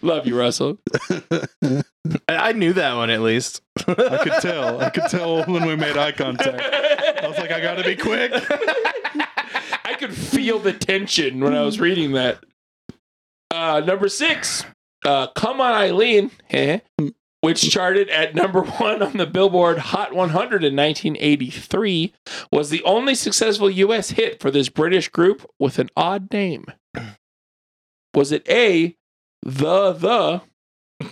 S1: Love you, Russell.
S2: I knew that one at least.
S4: I could tell. I could tell when we made eye contact. I was like, I gotta be quick.
S1: I could feel the tension when I was reading that. Uh, number six, uh, Come On Eileen, eh, which charted at number one on the Billboard Hot 100 in 1983, was the only successful U.S. hit for this British group with an odd name. Was it A, The The,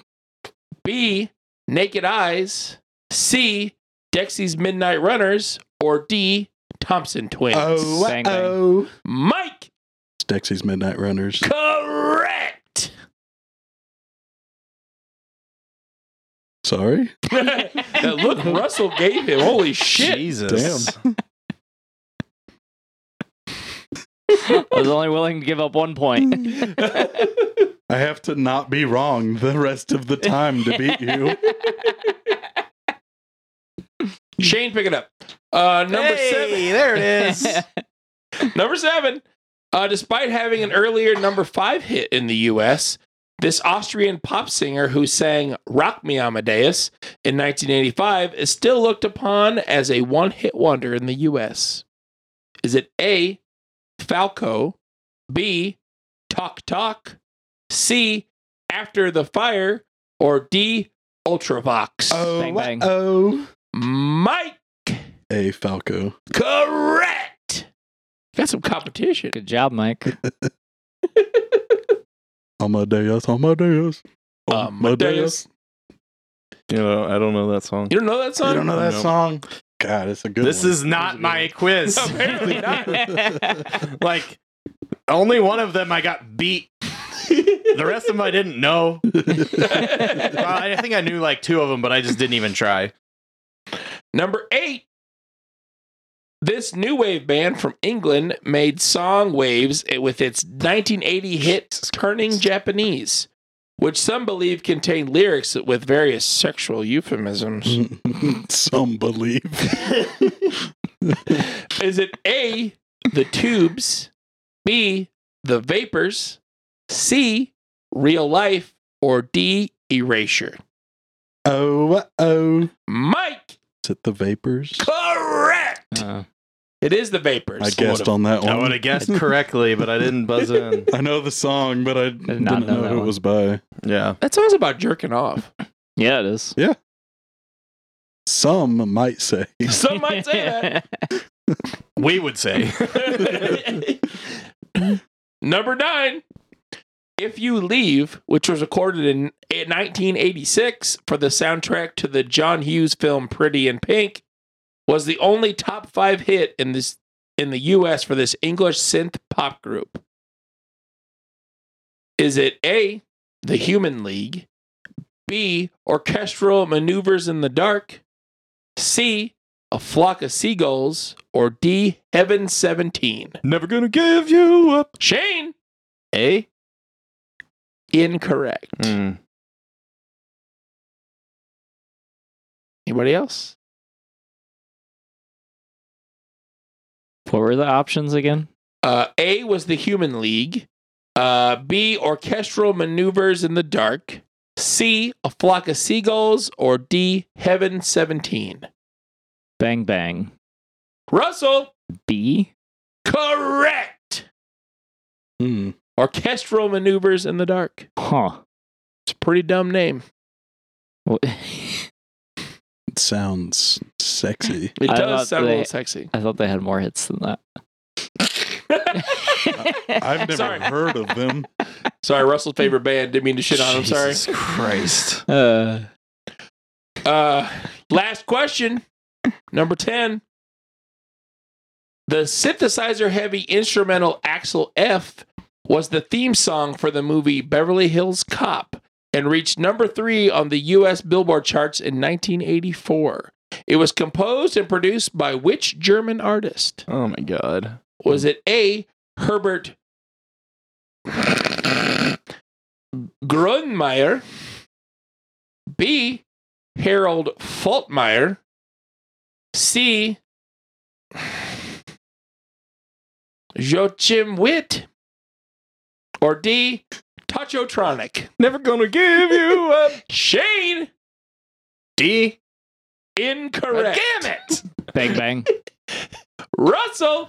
S1: B, Naked Eyes, C, Dexy's Midnight Runners, or D, Thompson Twins?
S4: Oh,
S3: Bang, bang.
S4: oh.
S1: Mike,
S4: It's Dexy's Midnight Runners.
S1: correct.
S4: Sorry.
S1: that look Russell gave him. Holy shit.
S2: Jesus.
S3: I was only willing to give up one point.
S4: I have to not be wrong the rest of the time to beat you.
S1: Shane, pick it up. Uh, number
S2: Hey, there it is.
S1: seven. Number seven. Uh, despite having an earlier number five hit in the US, this Austrian pop singer who sang Rock Me Amadeus in 1985 is still looked upon as a one hit wonder in the US. Is it A, Falco, B, Talk Talk, C, After the Fire, or D, Ultravox?
S4: Oh,
S3: Bang, bang.
S4: oh.
S1: Mike,
S4: A Falco.
S1: correct! Got some competition.
S3: Good job, Mike.
S4: Amadeus, Amadeus.
S1: Amadeus.
S2: You know, I don't know that song.
S1: You don't know that
S4: You
S1: song?
S4: don't know that
S2: No.
S4: song? God, it's a good
S2: This
S4: one.
S2: is not my quiz.
S1: No, apparently not.
S2: like, only one of them I got beat. The rest of them I didn't know. Well, I think I knew like two of them, but I just didn't even try.
S1: Number eight. This new wave band from England made song waves with its 1980 hit Turning Japanese, which some believe contained lyrics with various sexual euphemisms.
S4: Some believe.
S1: Is it A, The Tubes, B, The Vapors, C, Real Life, or D, Erasure?
S4: Oh, oh.
S1: Mike,
S4: Is it the Vapors?
S1: correct!
S3: Uh,
S1: It is The Vapors.
S4: I guessed
S1: Would've-
S4: on that one.
S2: I would have guessed correctly, but I didn't buzz in.
S4: I know the song, but I didn't
S3: not
S4: know,
S3: know that
S4: who it
S3: one.
S4: was by.
S2: Yeah.
S1: That song's about jerking off.
S3: yeah, it is.
S4: Some might say.
S1: Some might say
S2: We would say.
S1: that. Number nine. If You Leave, which was recorded in 1986 for the soundtrack to the John Hughes film Pretty in Pink, was the only top five hit in this in the US for this English synth pop group. Is it A, The Human League, B, Orchestral Maneuvers in the Dark, C, a flock of seagulls, or D, Heaven 17?
S2: Never gonna give you up.
S1: Shane,
S2: A?
S1: incorrect.
S2: Hmm.
S1: Anybody else?
S3: What were the options again?
S1: Uh, A was the Human League, uh, B, Orchestral Maneuvers in the Dark, C, A Flock of Seagulls, or D, Heaven 17?
S3: Bang bang.
S1: Russell,
S3: B.
S1: correct.
S4: Hmm.
S1: Orchestral Maneuvers in the Dark.
S3: Huh.
S1: It's a pretty dumb name.
S3: Wh-
S4: It sounds sexy.
S1: It
S3: I
S1: does
S3: thought
S1: sound a
S3: they-
S1: little sexy.
S3: I thought they had more hits than that.
S4: I've never
S1: Sorry.
S4: heard of them.
S1: sorry, Russell's favorite band. Didn't mean to shit on him. Sorry.
S2: Jesus Christ.
S3: Uh,
S1: Uh, last question, number 10. The synthesizer heavy instrumental Axel F was the theme song for the movie Beverly Hills Cop and reached number three on the US Billboard charts in 1984. It was composed and produced by which German artist?
S2: Oh my god.
S1: Was it A. Herbert Grunmeyer, B. Harold Faltmeyer, C. Joachim Witt, or D. Tachotronic?
S2: Never gonna give you up.
S1: Shane,
S2: D.
S1: incorrect.
S2: Damn it.
S3: bang bang.
S1: Russell,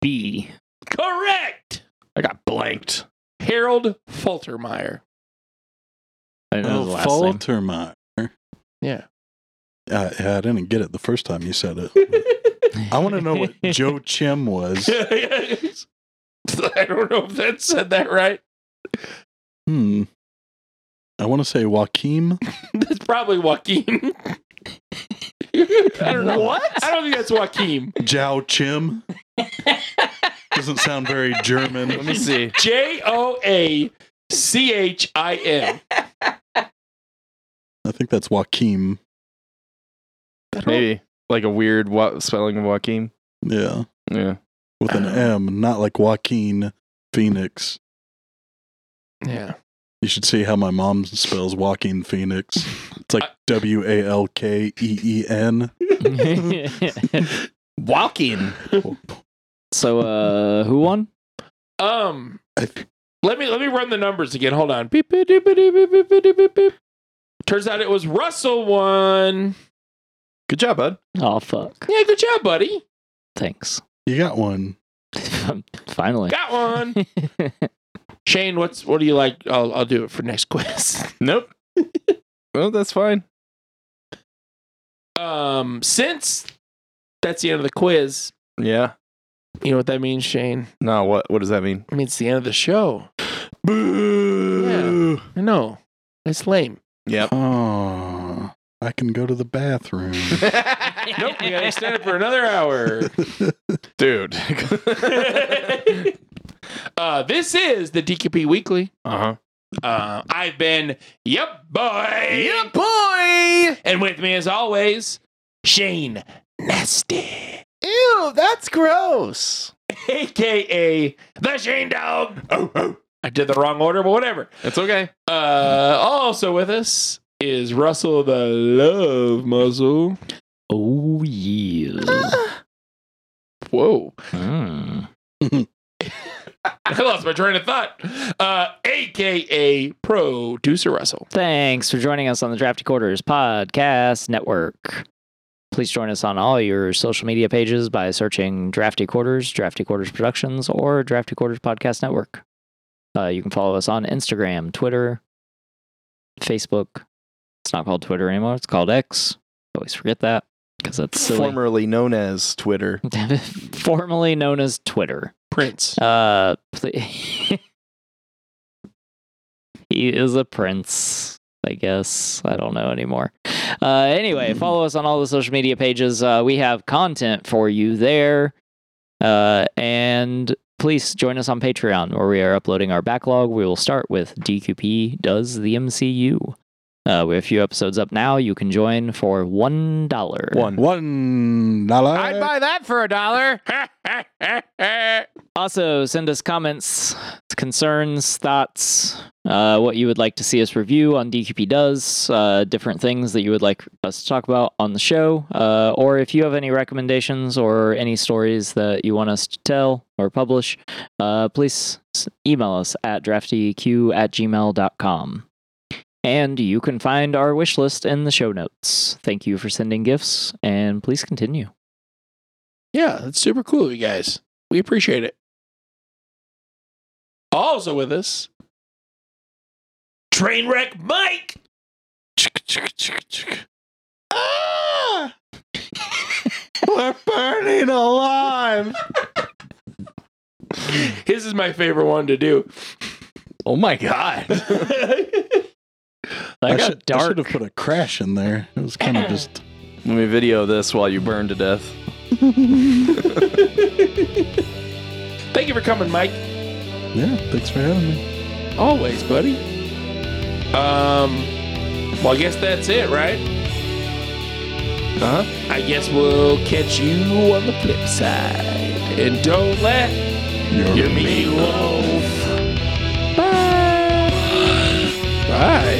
S3: B.
S1: correct.
S2: I got blanked.
S1: Harold Faltermeyer.
S3: I didn't know the
S4: Oh,
S3: last name.
S4: Faltermeyer.
S1: Yeah.
S4: I, I didn't get it the first time you said it. I want to know what Joe Chim was.
S1: I don't know if that said that right.
S4: Hmm. I want to say Joaquim.
S1: That's probably Joaquin. I don't know.
S2: What?
S1: I don't think that's Joaquin.
S4: Jow Chim. Doesn't sound very
S2: Let
S4: German.
S2: me see.
S1: J O A C H I M.
S4: I think that's Joaquim.
S2: Maybe like a weird wa- spelling of Joaquin.
S4: Yeah.
S2: Yeah.
S4: With an
S2: Oh.
S4: M, not like Joaquin Phoenix.
S1: Yeah.
S4: You should see how my mom spells Joaquin Phoenix. It's like W A L K E E N.
S2: Joaquin.
S3: so, uh, who won?
S1: Um,
S4: I th-
S1: let me let me run the numbers again. Hold on. Beep, beep, beep, beep, beep, beep, beep, beep, beep, beep. Turns out it was Russell one.
S2: Good job, bud.
S3: Oh fuck.
S1: Yeah, good job, buddy.
S3: Thanks.
S4: You got one.
S3: Finally.
S1: Got one. Shane, what's what do you like? I'll I'll do it for next quiz.
S2: Nope. well, that's fine.
S1: Um, since that's the end of the quiz,
S2: Yeah.
S1: you know what that means, Shane?
S2: No, what what does that mean?
S1: It means the end of the show.
S4: Boo.
S1: I know. That's lame.
S2: Yep.
S4: Oh, I can go to the bathroom.
S1: Nope, we gotta extend it for another hour.
S2: Dude.
S1: uh, this is the DQP Weekly.
S2: uh-huh.
S1: Uh, I've been Yep Boy.
S2: Yeah, boy.
S1: And with me as always, Shane Nasty.
S2: Ew, that's gross.
S1: AKA the Shane Dog. I did the wrong order, but whatever.
S2: It's okay.
S1: Uh, also with us is Russell the Love Muzzle.
S3: oh yeah.
S1: Whoa.
S3: Mm.
S1: I lost my train of thought. Uh, AKA Producer Russell.
S3: Thanks for joining us on the Drafty Quarters Podcast Network. Please join us on all your social media pages by searching Drafty Quarters, Drafty Quarters Productions, or Drafty Quarters Podcast Network. Uh, you can follow us on Instagram, Twitter, Facebook. It's not called Twitter anymore. It's called X. Always forget that because that's silly.
S2: Formerly known as Twitter.
S3: Formerly known as Twitter.
S1: Prince.
S3: Uh, pl- he is a prince, I guess. I don't know anymore. Uh, anyway, follow us on all the social media pages. Uh, we have content for you there. Uh, and please join us on Patreon, where we are uploading our backlog. We will start with DQP Does the MCU? Uh, we have a few episodes up now. You can join for one dollar.
S2: One.
S4: One dollar.
S2: that for a dollar.
S3: Also, send us comments, concerns, thoughts, uh, what you would like to see us review on DQP Does, uh, different things that you would like us to talk about on the show, uh, or if you have any recommendations or any stories that you want us to tell or publish, uh, please s- email us at draftyq at gmail.com. And you can find our wish list in the show notes. Thank you for sending gifts, and please continue.
S1: Yeah, that's super cool of you guys. We appreciate it. Also with us, Trainwreck Mike.
S4: Ah! We're burning alive.
S1: His is my favorite one to do.
S2: Oh my god.
S3: That
S4: I
S3: got
S4: should, I
S3: dark.
S4: should have put a crash in there. It was kind of just.
S2: Let me video this while you burn to death.
S1: Thank you for coming, Mike.
S4: Yeah, thanks for having me.
S1: Always, buddy. Um, well, I guess that's it, right?
S2: Uh-huh.
S1: I guess we'll catch you on the flip side. And don't let your meatloaf. Bye. Bye.